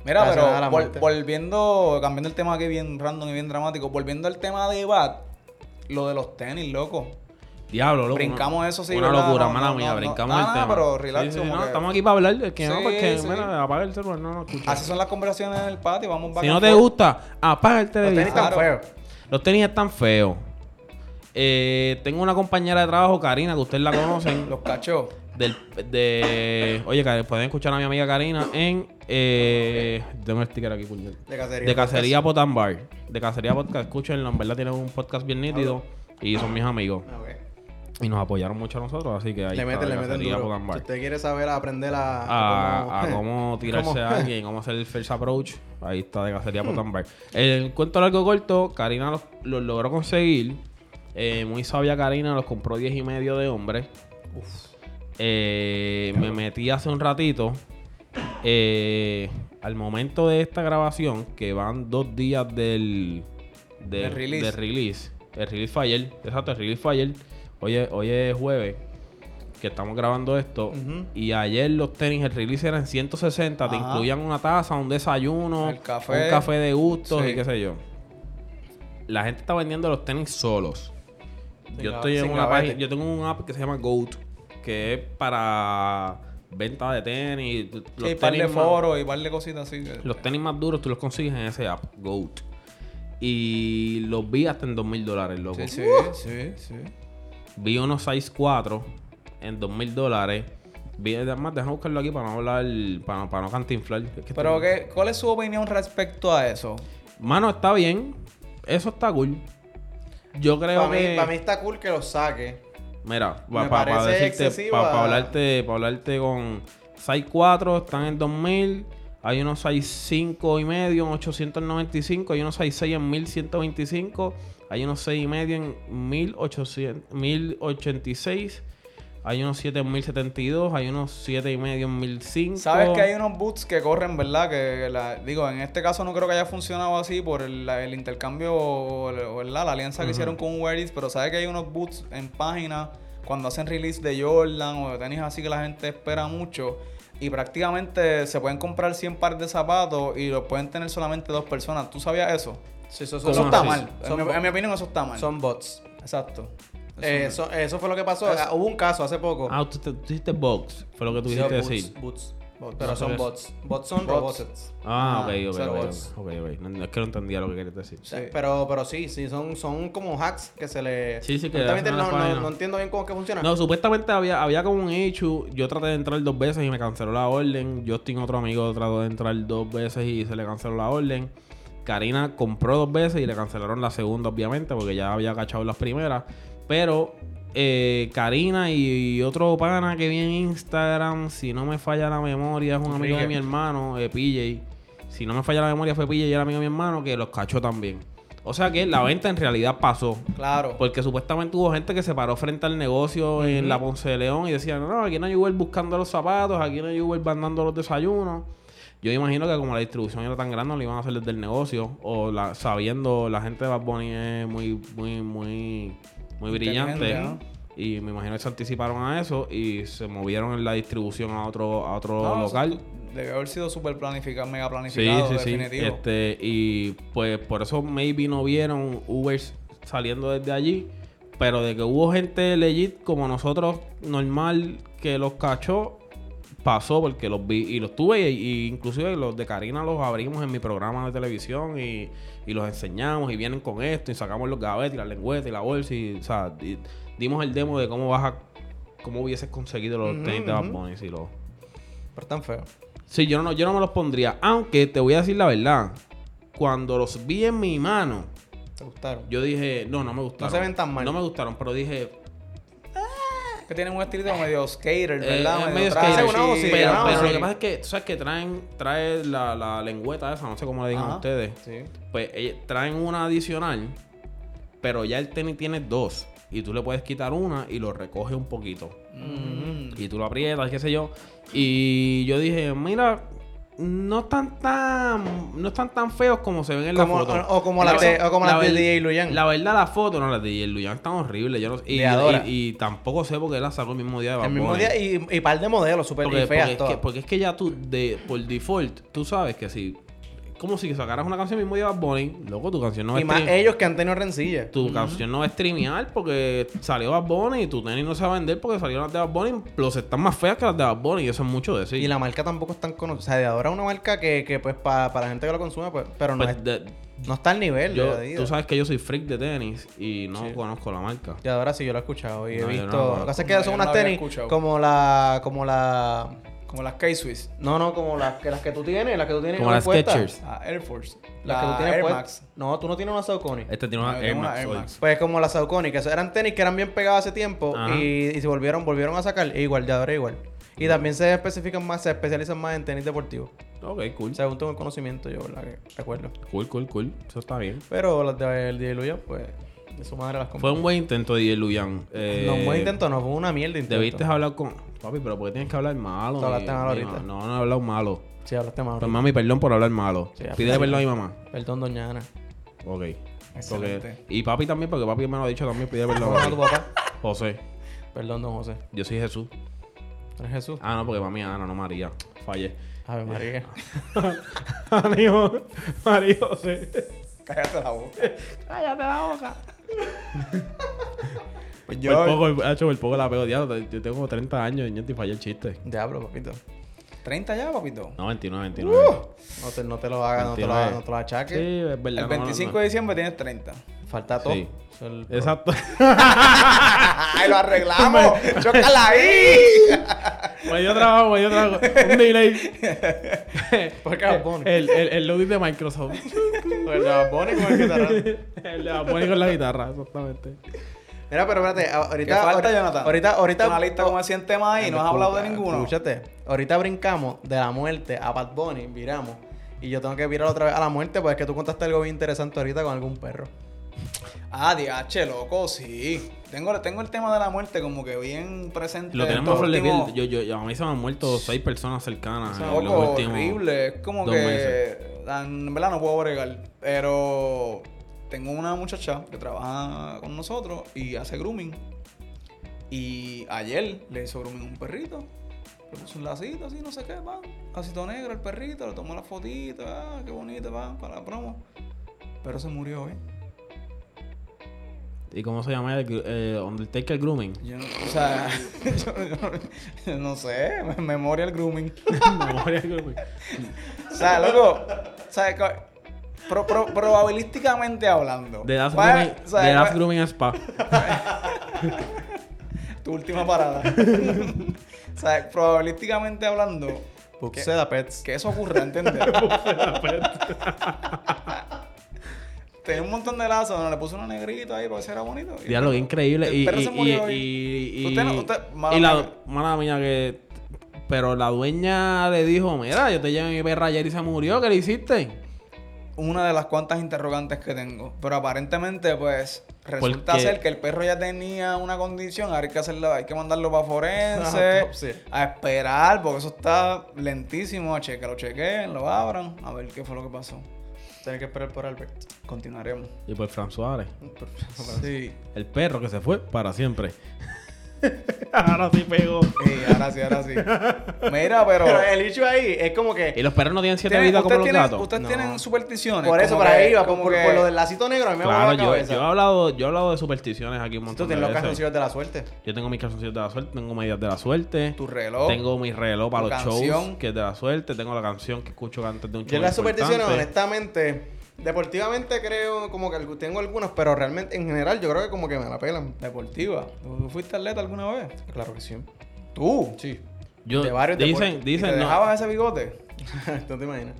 Mira, Gracias a pero la vol- muerte. volviendo, cambiando el tema aquí bien random y bien dramático, volviendo al tema de Bat, lo de los tenis, loco. diablo, loco. Brincamos una- eso, sí, Una ¿verdad? locura, No, mala no, mía, no, no. brincamos Ah, el tema. pero relax, Sí, sí, como no, que- estamos aquí para hablar, es que no, Sí, porque, sí. mira, apaga el celular, no, no escucho. Así son las conversaciones en el patio, vamos back si no and te forth. gusta, apaga el Los televisor. tenis tan Claro. feos. Los tenis están feos. Eh, tengo una compañera de trabajo, Karina, que ustedes la conocen. Los cachó. del, de, oye, Karina, pueden escuchar a mi amiga Karina en. Eh, tengo el sticker aquí, puñet. De cacería. De Cacería Potan Bar. De Cacería Podcast. Escúchenlo, en verdad tienen un podcast bien nítido. Y son mis amigos. Ah, ok. Y nos apoyaron mucho a nosotros, así que ahí Le está, meten, de le meten Cacería duro. Potan Bar. Si usted quiere saber, aprender a, A, a cómo tirarse cómo- a alguien, cómo hacer el first approach. Ahí está de cacería Potan Bar. El cuento largo corto, Karina los, los logró conseguir. Eh, muy sabia Karina, los compró 10 y medio de hombre. Eh, me metí hace un ratito. eh, al momento de esta grabación, que van dos días del, de- Del release. del release. El release fue ayer. Exacto, el release fue ayer. Hoy es- hoy es jueves que estamos grabando esto. Ujú. Y ayer los tenis, el release eran 160. Te Ajá. incluían una taza, un desayuno, El café. un café de gustos Sí. y qué sé yo. La gente está vendiendo los tenis solos. Sin Yo la- estoy en sin una gavete. página, yo tengo un app que se llama Goat, que es para venta de tenis. Sí, hay Los par de tenis, más, foros y par de cositas así. que- los tenis más duros tú los consigues en ese app, Goat. Y los vi hasta en 2 mil dólares, loco. Sí, sí, Uh. sí, sí. Este Vi unos 64 en 2 mil dólares. Vi, además, déjame buscarlo aquí para no hablar, para, no- para no cantinflar. Es que Pero, estoy- ¿qué, ¿cuál es su opinión respecto a eso? Mano, está bien. Eso está cool. Yo creo Para que... mí, pa' mí está cool que lo saque. Mira, me para pa parece decirte, excesiva. para hablarte, pa hablarte con 64, están en 2000. Hay unos 65 y medio en 895, hay unos 66 en 1125, hay unos 6 y medio en 1800, 1086, hay unos 7 en 1072, hay unos 7 y medio en 1005. Sabes que hay unos boots que corren, ¿verdad? Que la- digo, en este caso no creo que haya funcionado así por el, la- el intercambio, o el- o el- la, la alianza que hicieron con Uber Eats, pero sabes que hay unos boots en página cuando hacen release de Jordan o de tenis así que la gente espera mucho. Y prácticamente se pueden comprar 100 pares de zapatos y los pueden tener solamente dos personas. ¿Tú sabías eso? <laughs> Sí, eso, ¿Cómo Eso está así? mal. Son en, mi, bo- en mi opinión, eso está mal. Son bots. Exacto. Eso Eh, no- Eso, eso fue lo que pasó. Eso- Ah, Hubo un caso hace poco. Ah, tú, te- tú dijiste box, fue lo que tú Sí, dijiste bots, decir. bots, bots, No, Pero son pero- bots. Bots son Bots. robots. Ah, Ah, ok, ok, son ok, bots. ok, ok. No, no, es que no entendía lo que querías decir. O sea, Sí. Pero, pero sí, sí, son, son como hacks que se le. Sí, sí, que Honestamente, hacen a la no, no, página. no entiendo bien cómo es que funciona. No, supuestamente había, había como un issue. Yo traté de entrar dos veces y me canceló la orden. Justin, otro amigo, trató de entrar dos veces y se le canceló la orden. Karina compró dos veces y le cancelaron la segunda, obviamente, porque ya había cachado las primeras. Pero eh, Karina y, y otro pana que vi en Instagram, si no me falla la memoria, es un amigo de Enrique. mi hermano, eh, PJ. Si no me falla la memoria, fue PJ y era amigo de mi hermano, que los cachó también. O sea que la venta en realidad pasó. Claro. Porque supuestamente hubo gente que se paró frente al negocio en la Ponce de León y decían, no, aquí no hay Uber buscando los zapatos, aquí no hay Uber mandando los desayunos. Yo imagino que como la distribución era tan grande, no le iban a hacer desde el negocio. O la, sabiendo, la gente de Bad Bunny es muy, muy, muy, muy brillante. Inteligente, Y me imagino que se anticiparon a eso y se movieron en la distribución a otro, a otro No, local. Debe haber sido súper planificado, mega Sí, planificado, sí, sí. definitivo. Este, y pues por eso maybe no vieron Ubers saliendo desde allí. Pero de que hubo gente legit como nosotros, normal, que los cachó, pasó porque los vi y los tuve. Y, y inclusive los de Karina los abrimos en mi programa de televisión y, y los enseñamos y vienen con esto y sacamos los gavetes y la lengüeta y la bolsa. Y, o sea, di- dimos el demo de cómo vas a... Cómo hubieses conseguido los Ujú, tenis de Bad ujú. Bunny si los... Pero tan feo. Sí, yo no, yo no me los pondría. Aunque te voy a decir la verdad. Cuando los vi en mi mano, Te gustaron. yo dije, no, no me gustaron. No se ven tan mal. No me gustaron, pero dije, Que tienen un estilito medio skater, eh, es ¿verdad? medio, medio trash, skater. una pero, bocina, pero una lo que bocina. pasa es que, tú sabes que traen, trae la, la lengüeta esa, no sé cómo le digan Ajá. ustedes. Sí. Pues eh, traen una adicional, pero ya el tenis tiene dos. Y tú le puedes quitar una y lo recoge un poquito. Mm. Y tú lo aprietas, qué sé yo. Y yo dije, mira, no están tan, no están tan feos como se ven en Como- la foto. o- o como las de- o como las de ver- DJ Luyan. La verdad, la foto, no, las de DJ Luyan están horribles. Yo no, y, De Adora. y- y tampoco sé por qué las sacó el mismo día de Bad El mismo Bunny. día y, y par de modelos súper porque, feas porque es todas. que, porque es que ya tú, de, por default, tú sabes que si... Como si sacaras una canción el mismo día de Bad Bunny, loco, tu canción no y es más stream- ellos que han tenido rencillas. tu canción no va a streamear porque salió Bad Bunny y tu tenis no se va a vender porque salieron las de Bad Bunny. Los están más feas que las de Bad Bunny y eso es mucho decir. Y la marca tampoco es tan conocida. O sea, de ahora es una marca que, que pues, pa- para la gente que lo consume, pues, pero no, Pues, es- de- no está al nivel yo- de Adidas. tú sabes que yo soy freak de tenis y no Sí. conozco la marca. De ahora sí yo lo he escuchado No, y he yo no visto... lo lo conozco. que pasa es No, que yo son no unas lo había tenis escuchado. como la... Como la... Como las K-Swiss. No, no, como las que, las que tú tienes, las que tú tienes Como hoy las puestas. Skechers. La Ah, Air Force. Las La, que tú tienes Air puest- Max. <laughs> No, tú no tienes una Saucony. Este tiene una Air Yo Ah, tengo una Max Air hoy. Max. Pues como las Saucony, que eso- eran tenis que eran bien pegados hace tiempo Ajá. y, y se volvieron volvieron a sacar e igual, de ahora igual. Y también se especifican más, se especializan más en tenis deportivo. Ok, cool. Según tengo el conocimiento yo, ¿verdad? Que recuerdo. Cool, cool, cool. Eso está bien. Pero las del de Luya, pues, de su madre las compró. Fue un buen intento de Luyan. Eh, No, fue intento, no, fue una mierda de intento. Debiste hablar con... Papi, pero ¿por qué tienes que hablar malo? Tú hablaste mi- malo mi ahorita. ma- No, no he hablado malo. Sí, hablaste mal. Pues mami, perdón por hablar malo. Sí, ya, Pídele pues, perdón a mi mamá. Perdón, doña Ana. Ok. Porque- Excelente. y papi también, porque papi me lo ha dicho también. Pídele perdón <laughs> Perdón a a Ah, tu mí. papá. José. Perdón, don José. Yo soy Jesús. Tú eres Jesús. Ah, no, porque mami es Ana, no María. Fallé. A <laughs> ver, María. Mario, María José. Cállate la boca. Cállate la boca. Pues Por yo. poco, hecho, por poco la pego. Diablo, yo tengo como 30 años y te fallé el chiste. Diablo, papito. 30 ya, papito. No, 29, 29. Uh. No te, no te lo hagas, Ah, no te lo, 29. no te lo eh. sí, achaques. es verdad. El 25 de diciembre tienes 30. Falta todo. Sí. Eso es el- de... Exacto. <laughs> ¡Ay, lo <laughs> arreglamos! ¡Chócala ahí! me dio Pues trabajo, me dio trabajo. Un <laughs> delay. ¿Por qué Bad Bunny? <laughs> El, el, el loading de Microsoft. <laughs> Pues la pones con el guitarra. el de Bad Bunny con la guitarra, exactamente. Mira, pero espérate, a- ahorita. ¿Qué falta, ahorita, Jonathan? Ahorita, ahorita. Una lista como de 100 temas ahí y no has hablado de Escucha, ninguno. Escúchate, ahorita brincamos de la muerte a Bad Bunny, viramos. Y yo tengo que virar otra vez a la muerte, pues es que tú contaste algo bien interesante ahorita con algún perro. Ah, DH, loco, sí. Tengo, tengo el tema de la muerte como que bien presente. Lo tenemos a estos flor de últimos- piel. Yo, yo, yo- a mí se me han muerto seis personas cercanas. en los Loco, últimos- horrible. Es como dos que. meses. En verdad no puedo bregar. Pero tengo una muchacha que trabaja con nosotros y hace grooming. Y ayer le hizo grooming a un perrito. Le puso un lacito así, no sé qué, pan. Lacito negro el perrito, le tomó la fotito, ah, qué bonito, pan, para la promo. Pero se murió ¿eh? hoy. ¿Y cómo se llama? El, gru- eh, Undertaker Grooming. Yo <laughs> no, o sea, yo, yo- yo no sé, me- memoria el grooming. Memoria Grooming. O sea, loco, o sea, co- pro- pro- probabilísticamente hablando. The Last ¿cuál- Grooming, o sea, The Last cuál- Grooming Spa. <laughs> Tu última parada. o sea, probabilísticamente hablando, Buxeda Pets. que eso <laughs> ocurra, ¿entiendes? Tenía un montón de lazos, no, le puse uno negrito ahí para que era bonito. Y- Diálogo increíble. El Y, perro y, se y, murió hoy. y, y- Usted no- usted- mala y la mía. mala mía que. Pero la dueña le dijo: Mira, yo te llevé mi perra ayer y se murió. ¿Qué le hiciste? una de las cuantas interrogantes que tengo. Pero aparentemente, pues, resulta Porque- ser que el perro ya tenía una condición. Ahora hay que, hacerla, hay que mandarlo para Una forense, autopsia. a esperar, porque eso está lentísimo. A cheque, lo chequen, lo abran, a ver qué fue lo que pasó. Tener que esperar por Albert. Continuaremos. <laughs> Y pues Fran Suárez. Sí. El perro que se fue para siempre. Ahora sí pegó. Sí, ahora sí, ahora sí. Mira, pero... Pero eh, el hecho ahí es como que. Y los perros no tienen siete ¿tienen- vidas como ustedes los tienen- gatos. Ustedes No. tienen supersticiones. Por eso, como para que- ahí iba, como por, que- por lo del lacito negro, a mí me voló Claro, la yo, cabeza. yo he hablado, yo he hablado de supersticiones aquí un montón Tú tienes de los veces. canciones de la suerte. Yo tengo mis calzoncillos de la suerte, tengo medias de la suerte. Tu reloj. Tengo mi reloj para Tu los shows, canción. que es de la suerte. Tengo la canción que escucho antes de un show. Yo en las supersticiones, importante. honestamente, deportivamente creo como que algu- tengo algunas, pero realmente en general yo creo que como que me la pelan. Deportiva. ¿Tú fuiste atleta alguna vez? Claro que sí. ¿Tú? Sí. Yo- de varios dicen, deportes. ¿Te dicen, no, dejabas ese bigote? <laughs> no te imaginas.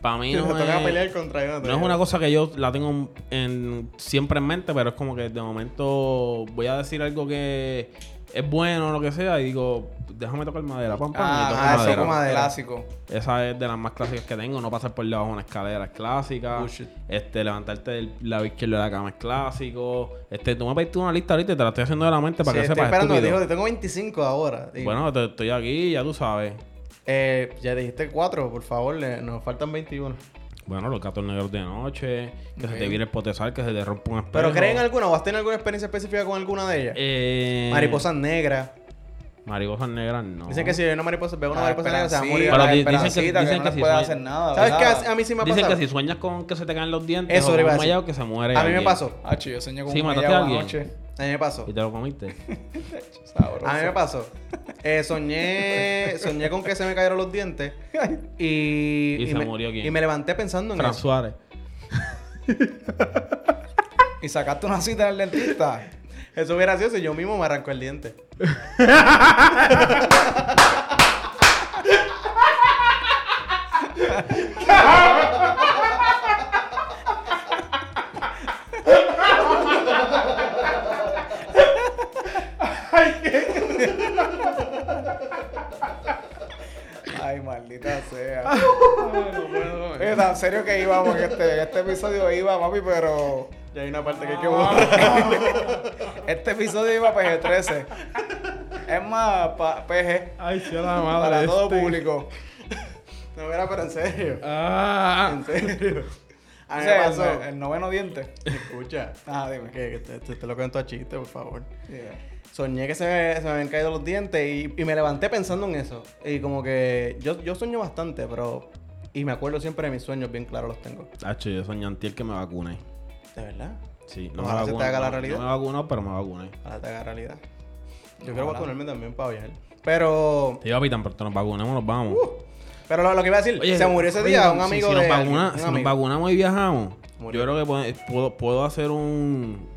para mí Y <laughs> nos no toca pelear es, contra Jonathan. no es una cosa que yo la tengo en- siempre en mente, pero es como que de momento voy a decir algo que es bueno o lo que sea y digo, déjame tocar madera, pam, pam, y toco ah, eso madera. como madera. clásico. Esa es de las más clásicas que tengo. No pasar por debajo de una escalera es clásica. Bullshit. Este, levantarte del lado izquierdo de la cama es clásico. Este, tú me pediste una lista ahorita y te la estoy haciendo de la mente para Sí, que estoy sepas. esperando, estúpido. dijo, tengo 25 ahora. Y, Bueno, te- estoy aquí, ya tú sabes. eh, ya dijiste 4, por favor, le- nos faltan 21. Bueno, los gatos negros de noche, que se Ok. te viene el potesal, que se te rompe un espejo. ¿Pero creen alguna o has tenido alguna experiencia específica con alguna de ellas? Eh, Mariposas negras. Mariposas negras no. Dicen que si ve una mariposa, ve una Ah, mariposa negra se va a esperancita, morir. Pero la di- dicen que- esperancita, dicen no que le si puede soy- hacer nada. ¿Sabes qué? ¿verdad? A- A mí sí me ha Dicen pasado. que si sueñas con que se te caen los dientes Eso o le iba a un decir. mallado, que se muere. A mí me alguien. pasó. Ah, chico, yo soñé con Sí, un mataste guayabo a alguien. anoche. A mí me pasó. Y te lo <laughs> comiste. Sabroso. A mí me pasó. Eh, soñé, soñé con que se me cayeron los dientes. Y, Y se me, murió quién. Y me levanté pensando en Fran eso. Suárez. Y sacaste una cita del dentista. Eso hubiera sido si yo mismo me arrancó el diente. Ay, maldita Ah, sea. Es tan serio que íbamos en este, en este episodio iba, papi, pero. Ah. Y hay una parte que hay que borrar. Este episodio iba PG-13. Es más, pa- PG. Ay, sí, la este. Para todo público. No, mira, pero en serio. Ah, En serio. A mí me O sea, el, pasó. el noveno diente. Escucha. Ah, Que, dime. que te, te- te lo cuento a chiste, por favor. Yeah. Soñé que se me, se me habían caído los dientes y, y me levanté pensando en eso. Y como que yo, yo sueño bastante, pero... Y me acuerdo siempre de mis sueños, bien claros los tengo. Hacho, yo soñé antier que me vacuné. ¿De verdad? Sí, no Ojalá me se te vacuné, haga la no- realidad. No me vacuné, pero me vacuné. Ahora te haga realidad. Yo Ojalá. quiero vacunarme también para viajar. Pero, Te iba a pitar, pero nos vacunemos, nos vamos. pero lo, lo que iba a decir, Uh, se murió ese día oye, un si- amigo si, de. nos alguien, vacuna- un si nos amigo. vacunamos y viajamos, Murió. yo creo que puedo, puedo- puedo hacer un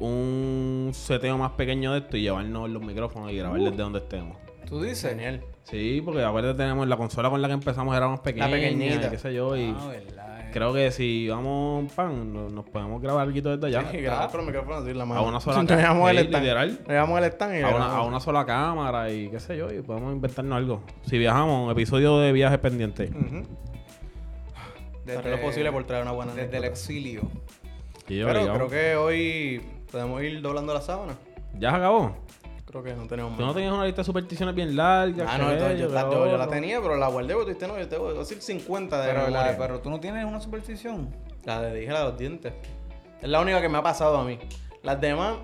un seteo más pequeño de esto y llevarnos los micrófonos y Uh. grabar desde donde estemos. ¿Tú dices? Genial. Sí, porque aparte tenemos la consola con la que empezamos era más pequeña, pequeñita. y qué sé yo, y Ah, verdad. eh. creo que si vamos pan, no- nos podemos grabar algo desde <laughs> allá. Y gracias por los micrófonos así, la mano. A una sola Nos cara. llevamos el Sí, stand. literal. Nos llevamos el stand y a una, grabamos. a una sola cámara y qué sé yo, y podemos inventarnos algo. Si viajamos, un episodio de viajes pendiente. Ujú. Haré lo posible por traer una buena Desde el anécdota. exilio. Y yo, Pero obligado. creo que hoy podemos ir doblando la sábana. ¿Ya se acabó? Creo que no tenemos más. Tú no tenías una lista de supersticiones bien larga. Ah, que no, entonces ello, yo, la, que yo- yo la otro. tenía, pero la guardé porque tuviste no. Yo te voy a decir 50 de Pero, memoria. la- pero tú no tienes una superstición. <laughs> La de dije la de los dientes. Es la única que me ha pasado a mí. Las demás,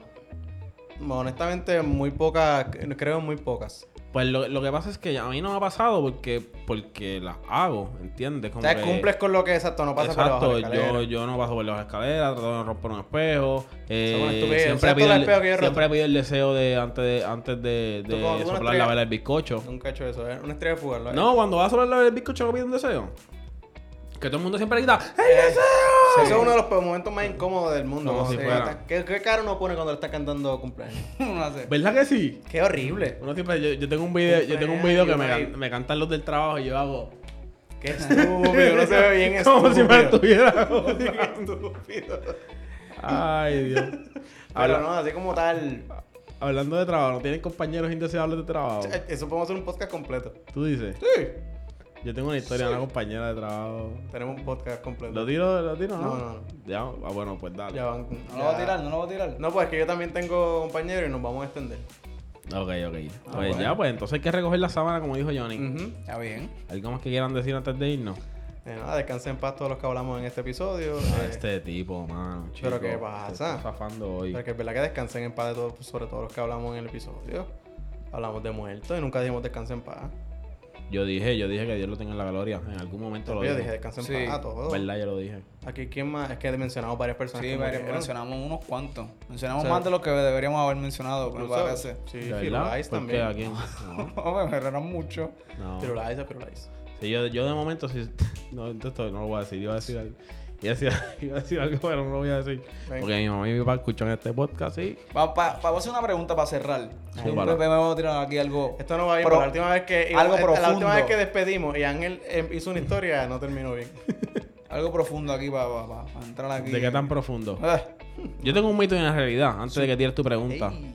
honestamente, muy pocas, creo muy pocas. Pues lo, lo que pasa es que a mí no me ha pasado porque, porque las hago, ¿entiendes? O Como sea, que- cumples con lo que exacto, no pasas por Exacto, debajo de la escalera. yo, yo no paso por las escaleras, trato de no romper un espejo. eh, una estupidez. siempre, Exacto, pido el el, espejo que yo he roto. siempre pido el deseo de antes de, antes de, Tú de como- tú una soplar estrella. la vela del bizcocho. Nunca he hecho eso, ¿eh? Una estrella de fuga. ¿lo No, cuando vas a soplar la vela del bizcocho no pides un deseo. Que todo el mundo siempre grita, he hecho. Eh, Eso es uno de los pe- momentos más incómodos del mundo. Como ¿no? si Sí, fuera. está- ¿Qué, qué cara uno pone cuando le está cantando cumpleaños? no sé. ¿verdad que sí? Qué horrible. Uno siempre, yo, yo tengo un video, yo tengo un video que me, can- me cantan los del trabajo y yo hago. <laughs> Qué estúpido. No se ve bien eso. <laughs> Como si me estuviera. <laughs> Ay, Dios. Pero Habla- no, así como tal. hablando de eh, trabajo, ¿no tienen compañeros indeseables de trabajo? Eso podemos hacer un podcast completo. Tú dices. Sí. Yo Yo tengo una historia de una compañera de trabajo. Tenemos un podcast completo. ¿Lo tiro? ¿Lo tiro? No, No, no, no. Ya, ah, bueno, pues dale. Ya van. No lo va a tirar, no lo va a tirar. No, pues es que yo también tengo compañero y nos vamos a extender. Ok, ok. pues ya, pues entonces hay que recoger la sábana, como dijo Johnny. Ah, Ujú. Está bien. ¿Algo más que quieran decir antes de irnos? Eh, nada, descansen en paz todos los que hablamos en este episodio. Ah, Eh, Este tipo, mano. ¿pero chico, qué se pasa? está zafando hoy. Pero que es verdad que descansen en paz de todo, sobre todo los que hablamos en el episodio. Hablamos de muertos y nunca dijimos descansen en paz. Yo dije, yo dije que Dios lo tenga en la gloria. En algún momento lo yo dije. dije descansen en Sí. paz a todos. ¿Verdad? Yo lo dije. Aquí, ¿quién más? Es que mencionamos varias personas. Sí, que varios- murieron. mencionamos unos cuantos. Mencionamos Sí. más de lo que deberíamos haber mencionado, me Incluso- parece. <laughs> Sí, eh. ¿De Firulais ¿Por qué? ¿A también. <laughs> quién? No, me erraron mucho. no. Firulais, a Firulais. Sí, yo, yo de momento sí. <laughs> No, entonces no lo voy a decir. Iba a decir algo. Iba a decir, <laughs> iba a decir algo, pero no lo voy a decir. Venga. Porque mi mamá y mi papá escuchan este podcast, sí. Vamos a hacer una pregunta para cerrar. Sí, Yo para. creo que me voy a tirar aquí algo. Esto no va bien, Pro- pero la última vez que algo la profundo. última vez que despedimos y Ángel eh, hizo una historia no terminó bien. Algo profundo aquí para, entrar aquí. ¿De qué tan profundo? Ah, Yo tengo un mito en la realidad, antes de que tires tu pregunta. ey.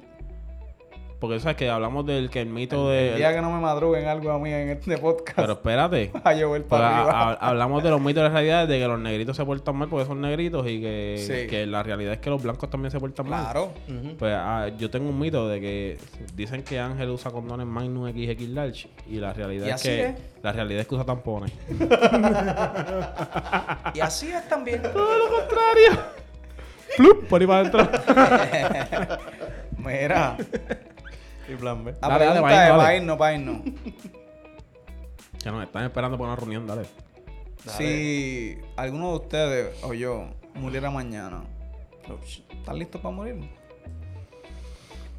Porque sabes que hablamos del que el mito de. El día que no me madruguen algo a mí en este podcast, Pero ah, espérate. <laughs> a llover Porque para arriba. ha- ha- hablamos de los mitos de la realidad, de que los negritos se portan mal porque son negritos y que, Sí. que la realidad es que los blancos también se portan mal. Claro. Ujú. Pues ah, yo tengo un mito de que dicen que Ángel usa condones Magnum XX Large y la realidad Y es así que es. la realidad es que usa tampones. <laughs> Y así es también. ¡Plup! Por ahí para <laughs> adentro. <laughs> Mira, Y plan B. la Dale, dale, pregunta pa' irnos, es dale. para irnos, para irnos. Ya nos están esperando para una reunión, dale. Dale. Si alguno de ustedes o yo muriera mañana, ¿están listos para morir?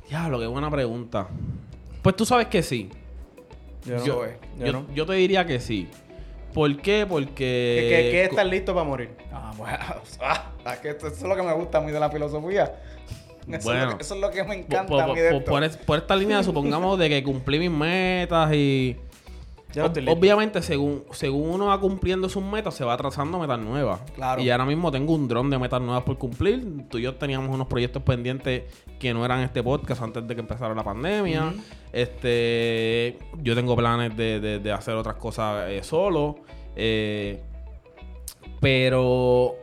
Diablo, qué buena pregunta. Pues tú sabes que sí. Yo no. Yo- güey. Yo Yo, eh, no. yo te diría que sí. ¿Por qué? ¿Qué, Porque. qué- qué estás listo para morir? Ah, bueno. <laughs> ah, es que esto, eso es lo que me gusta a mí de la filosofía. <laughs> Eso, es, Bueno. lo que, eso es lo que me Por, encanta por- a mí de por- esto. por es- por esta línea, supongamos de que cumplí mis metas y. Yo no Ob- estoy Pues, listo. Obviamente, según, según uno va cumpliendo sus metas, se va trazando metas nuevas. Claro. Y ahora mismo tengo un dron de metas nuevas por cumplir. Tú y yo teníamos unos proyectos pendientes que no eran este podcast antes de que empezara la pandemia. Este, yo tengo planes de, de- de hacer otras cosas eh, solo. Eh, pero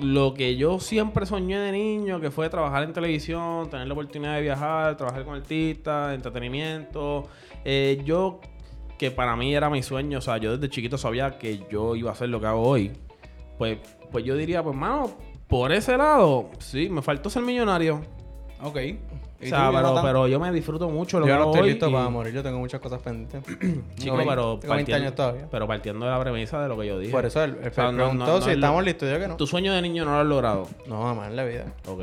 lo que yo siempre soñé de niño, que fue trabajar en televisión, tener la oportunidad de viajar, trabajar con artistas, entretenimiento. eh, yo, que para mí era mi sueño, o sea, yo desde chiquito sabía que yo iba a hacer lo que hago hoy. Pues, pues yo diría, pues, mano, por ese lado, sí, me faltó ser millonario. Ok. ¿Y O tú, sea, pero, Jonathan? pero yo me disfruto mucho lo Yo que no hago estoy hoy listo y- para morir. Yo tengo muchas <clears throat> cosas pendientes. Chico, No, pero, tengo 20 años todavía. pero partiendo de la premisa de lo que yo dije. Por eso el, el O sea, Ah, no- preguntó no- no si es lo- estamos listos. Yo que no. Tu sueño de niño no lo has logrado. No, mamá, en la vida. <laughs> Ok.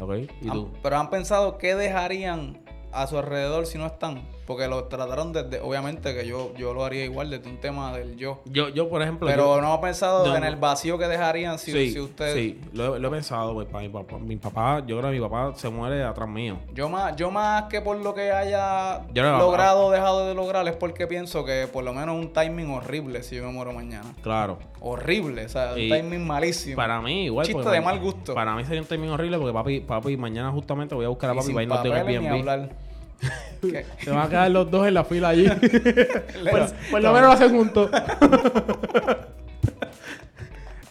Ok. ¿Y Ah. Han- tú? Ah, Pero han pensado qué dejarían a su alrededor si no están. Porque lo trataron desde. Obviamente que yo, yo lo haría igual desde un tema del yo. Yo, yo por ejemplo. Pero yo- no han pensado No, en no. el vacío que dejarían si, sí, si ustedes. sí, lo, he- lo he pensado. pues, pa- mi, papá, mi papá- yo creo que mi papá se muere atrás mío. Yo más, yo más que por lo que haya Yo no- logrado o dejado de lograr es porque pienso que por lo menos un timing horrible si yo me muero mañana. Claro. Horrible, o sea, un Y timing malísimo. Para mí, igual. Chiste porque de ma- mal gusto. Para mí sería un término horrible porque papi, papi, mañana justamente voy a buscar a Y papi sin para irnos de un papeles ni Airbnb. <laughs> Pues, hablar. ¿Qué? Se van a quedar los dos en la fila <laughs> allí. Pero- Por lo menos lo hacen juntos. <laughs>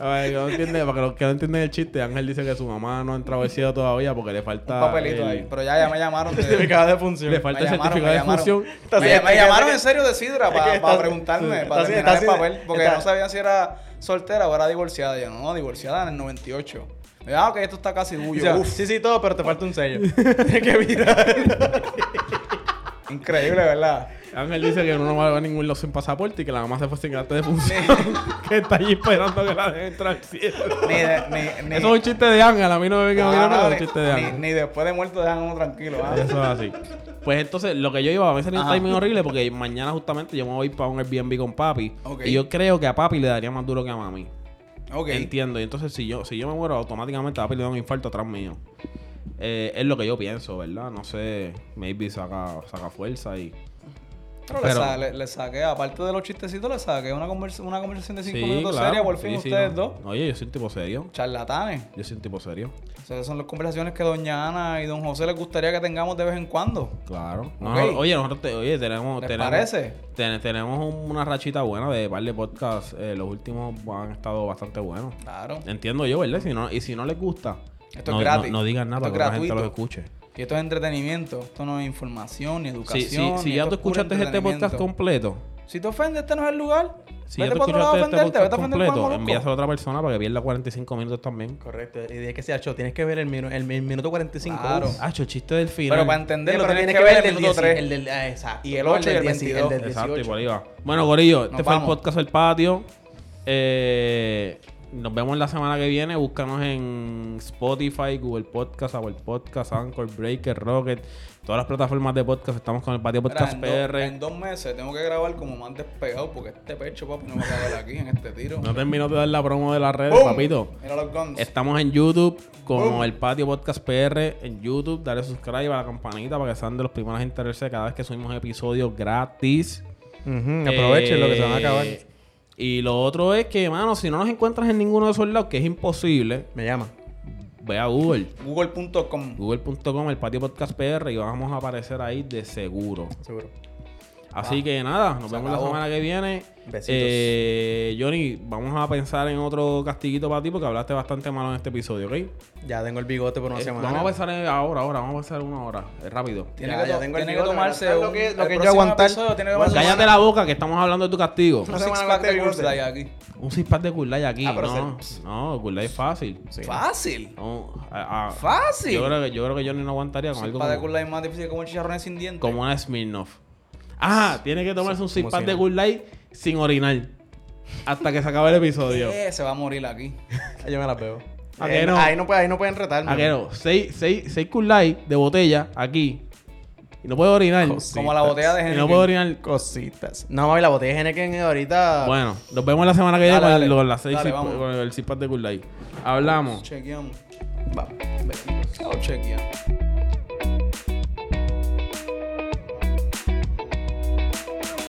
A ver, que no entiende, para que los que no entienden el chiste, Ángel dice que su mamá no ha entrabecido todavía porque le Un falta. papelito el- ahí. Pero ya, ya <laughs> me llamaron. de- Certificado de función. Le falta el Me llamaron, certificado me de llamaron. función. Está Me, bien, me está llamaron bien. en serio <laughs> de Sidra para está- preguntarme, está para bien, está terminar el bien, papel, porque está- no sabía si era soltera o era divorciada. Yo, no, divorciada en el 98. Yo, ah, ok, esto está casi O tuyo. sea, Uf, sí, sí, todo, pero te falta un sello. <laughs> Tienes que mirar. increíble, ¿verdad? Ángel dice que no va a ningún lado sin pasaporte y que la mamá se fue sin arte de <laughs> función. <laughs> que está allí esperando que la dejen entrar al cielo. Ni, de- ni, ni, Eso es un chiste de Ángel, a mí no me venga a mirar Ah, nada, ni- es un chiste de ni- Ángel. ni después de muerto dejan a uno tranquilo. ah. Eso es así. Pues entonces, lo que yo iba, a mí sería un Ajá. timing horrible porque mañana justamente yo me voy para un Airbnb con papi. Ok. Y yo creo que a papi le daría más duro que a mami. Ok. Entiendo. Y entonces, si yo, si yo me muero, automáticamente papi le da un infarto atrás mío. Eh, es lo que yo pienso, ¿verdad? No sé. Maybe saca, saca fuerza y. Pero, Pero- le, sa- le- le saqué, aparte de los chistecitos, le saqué una, convers- una conversación de 5 Sí, minutos claro. seria por fin Sí, sí, ustedes no. dos. Oye, yo soy un tipo serio. Charlatanes. Yo soy un tipo serio. O sea, Esas son las conversaciones que doña Ana y don José les gustaría que tengamos de vez en cuando. Claro. Ok. No, oye, nosotros te- oye, tenemos, ¿Les tenemos, parece? ten- tenemos un- una rachita buena de par de podcasts. Eh, los últimos han estado bastante buenos. Claro. Entiendo yo, ¿verdad? Si no, y si no les gusta, Esto es no, gratis. no- no digan nada Esto es para que la gente los gratuito. escuche. Y esto es entretenimiento, esto no es información ni educación. Si, si, si ni ya esto tú es puro escuchaste este podcast entretenimiento. completo, Si te ofendes, este no es el lugar. si vete ya para tú otro lado a escuchaste este ofenderte, vete podcast a ofender con completo, el envíaselo molusco. a otra persona para que pierda 45 minutos también. Correcto. Y de que sea show, tienes que ver el, minu- el, el minuto 45. Claro. Uf. Ah, el chiste del final. Pero para Sí, pero entenderlo, tienes que ver el minuto 10, 3. el del- ah, exacto. Y el No, 8 y el del 10, 22. del Exacto, y 18. por ahí va. Bueno, Gorillo, este Nos fue el vamos. podcast El Patio. Eh, nos vemos la semana que viene. Búscanos en Spotify, Google Podcast, Apple Podcast, Anchor, Breaker, Rocket. Todas las plataformas de podcast estamos con el Patio Mira, Podcast en, dos- PR. en dos meses tengo que grabar como más despegado porque este pecho, papi, no va a caber aquí en este tiro. No termino de dar la promo de las redes, ¡Bum! papito. Mira los guns. Estamos en YouTube como Boom. el Patio Podcast PR en YouTube. Dale subscribe a la campanita para que sean de los primeros en enterarse cada vez que subimos episodios gratis. Ujú, Aprovechen lo que se van a Eh, acabar. Y lo otro es que, mano, si no nos encuentras en ninguno de esos lados, que es imposible, Me llama. ve a Google. Google.com. Google.com, el Patio Podcast PR, y vamos a aparecer ahí de seguro. Seguro. Así que nada, nos se vemos la acabó. semana que viene. Besitos. Eh, Johnny, vamos a pensar en otro castiguito para ti porque hablaste bastante malo en este episodio, ¿ok? Ya tengo el bigote por una Eh, semana. vamos a pensar en- ahora, ahora, vamos a pensar una hora, eh, rápido. Tiene, Ya, que, ya to- tengo el tiene que bigote, tomarse aguantar lo un- que- lo el que yo próximo aguantar. episodio tiene que tomarse Cállate una- la boca que estamos hablando de tu castigo. No un se van a six-pack aguantar de el Coors bigote. Light aquí. Un six pack de Gulay aquí, Ah, pero ¿no? No, Gulay es fácil. Sí. Fácil. No, a- a- Fácil. Yo creo que yo creo que Johnny no aguantaría con Un algo six-pack de como, Coors Light más difícil que un chicharrones sin dientes. como una Smirnoff. Ah, tiene que tomarse un como six pack si de no. Good Light sin orinar hasta que se acabe el <laughs> episodio. Eh, se va a <laughs> morir aquí. Yo me las veo. ¿A Eh, que no? Ahí, no puede- ahí no pueden retarme. Aquero, Ah, seis, seis, seis Cool Light de botella aquí. Y no puedo orinar. Cos- Como la botella de Y Henry. no puedo orinar. Cositas. No, mami, la botella de Henneken ahorita. Bueno, nos vemos la semana que viene Dale, con, dale. el- con las seis Dale, six- vamos. con el six pack de Cool Light. Hablamos. Chequeamos. Va. Chao, chequeamos.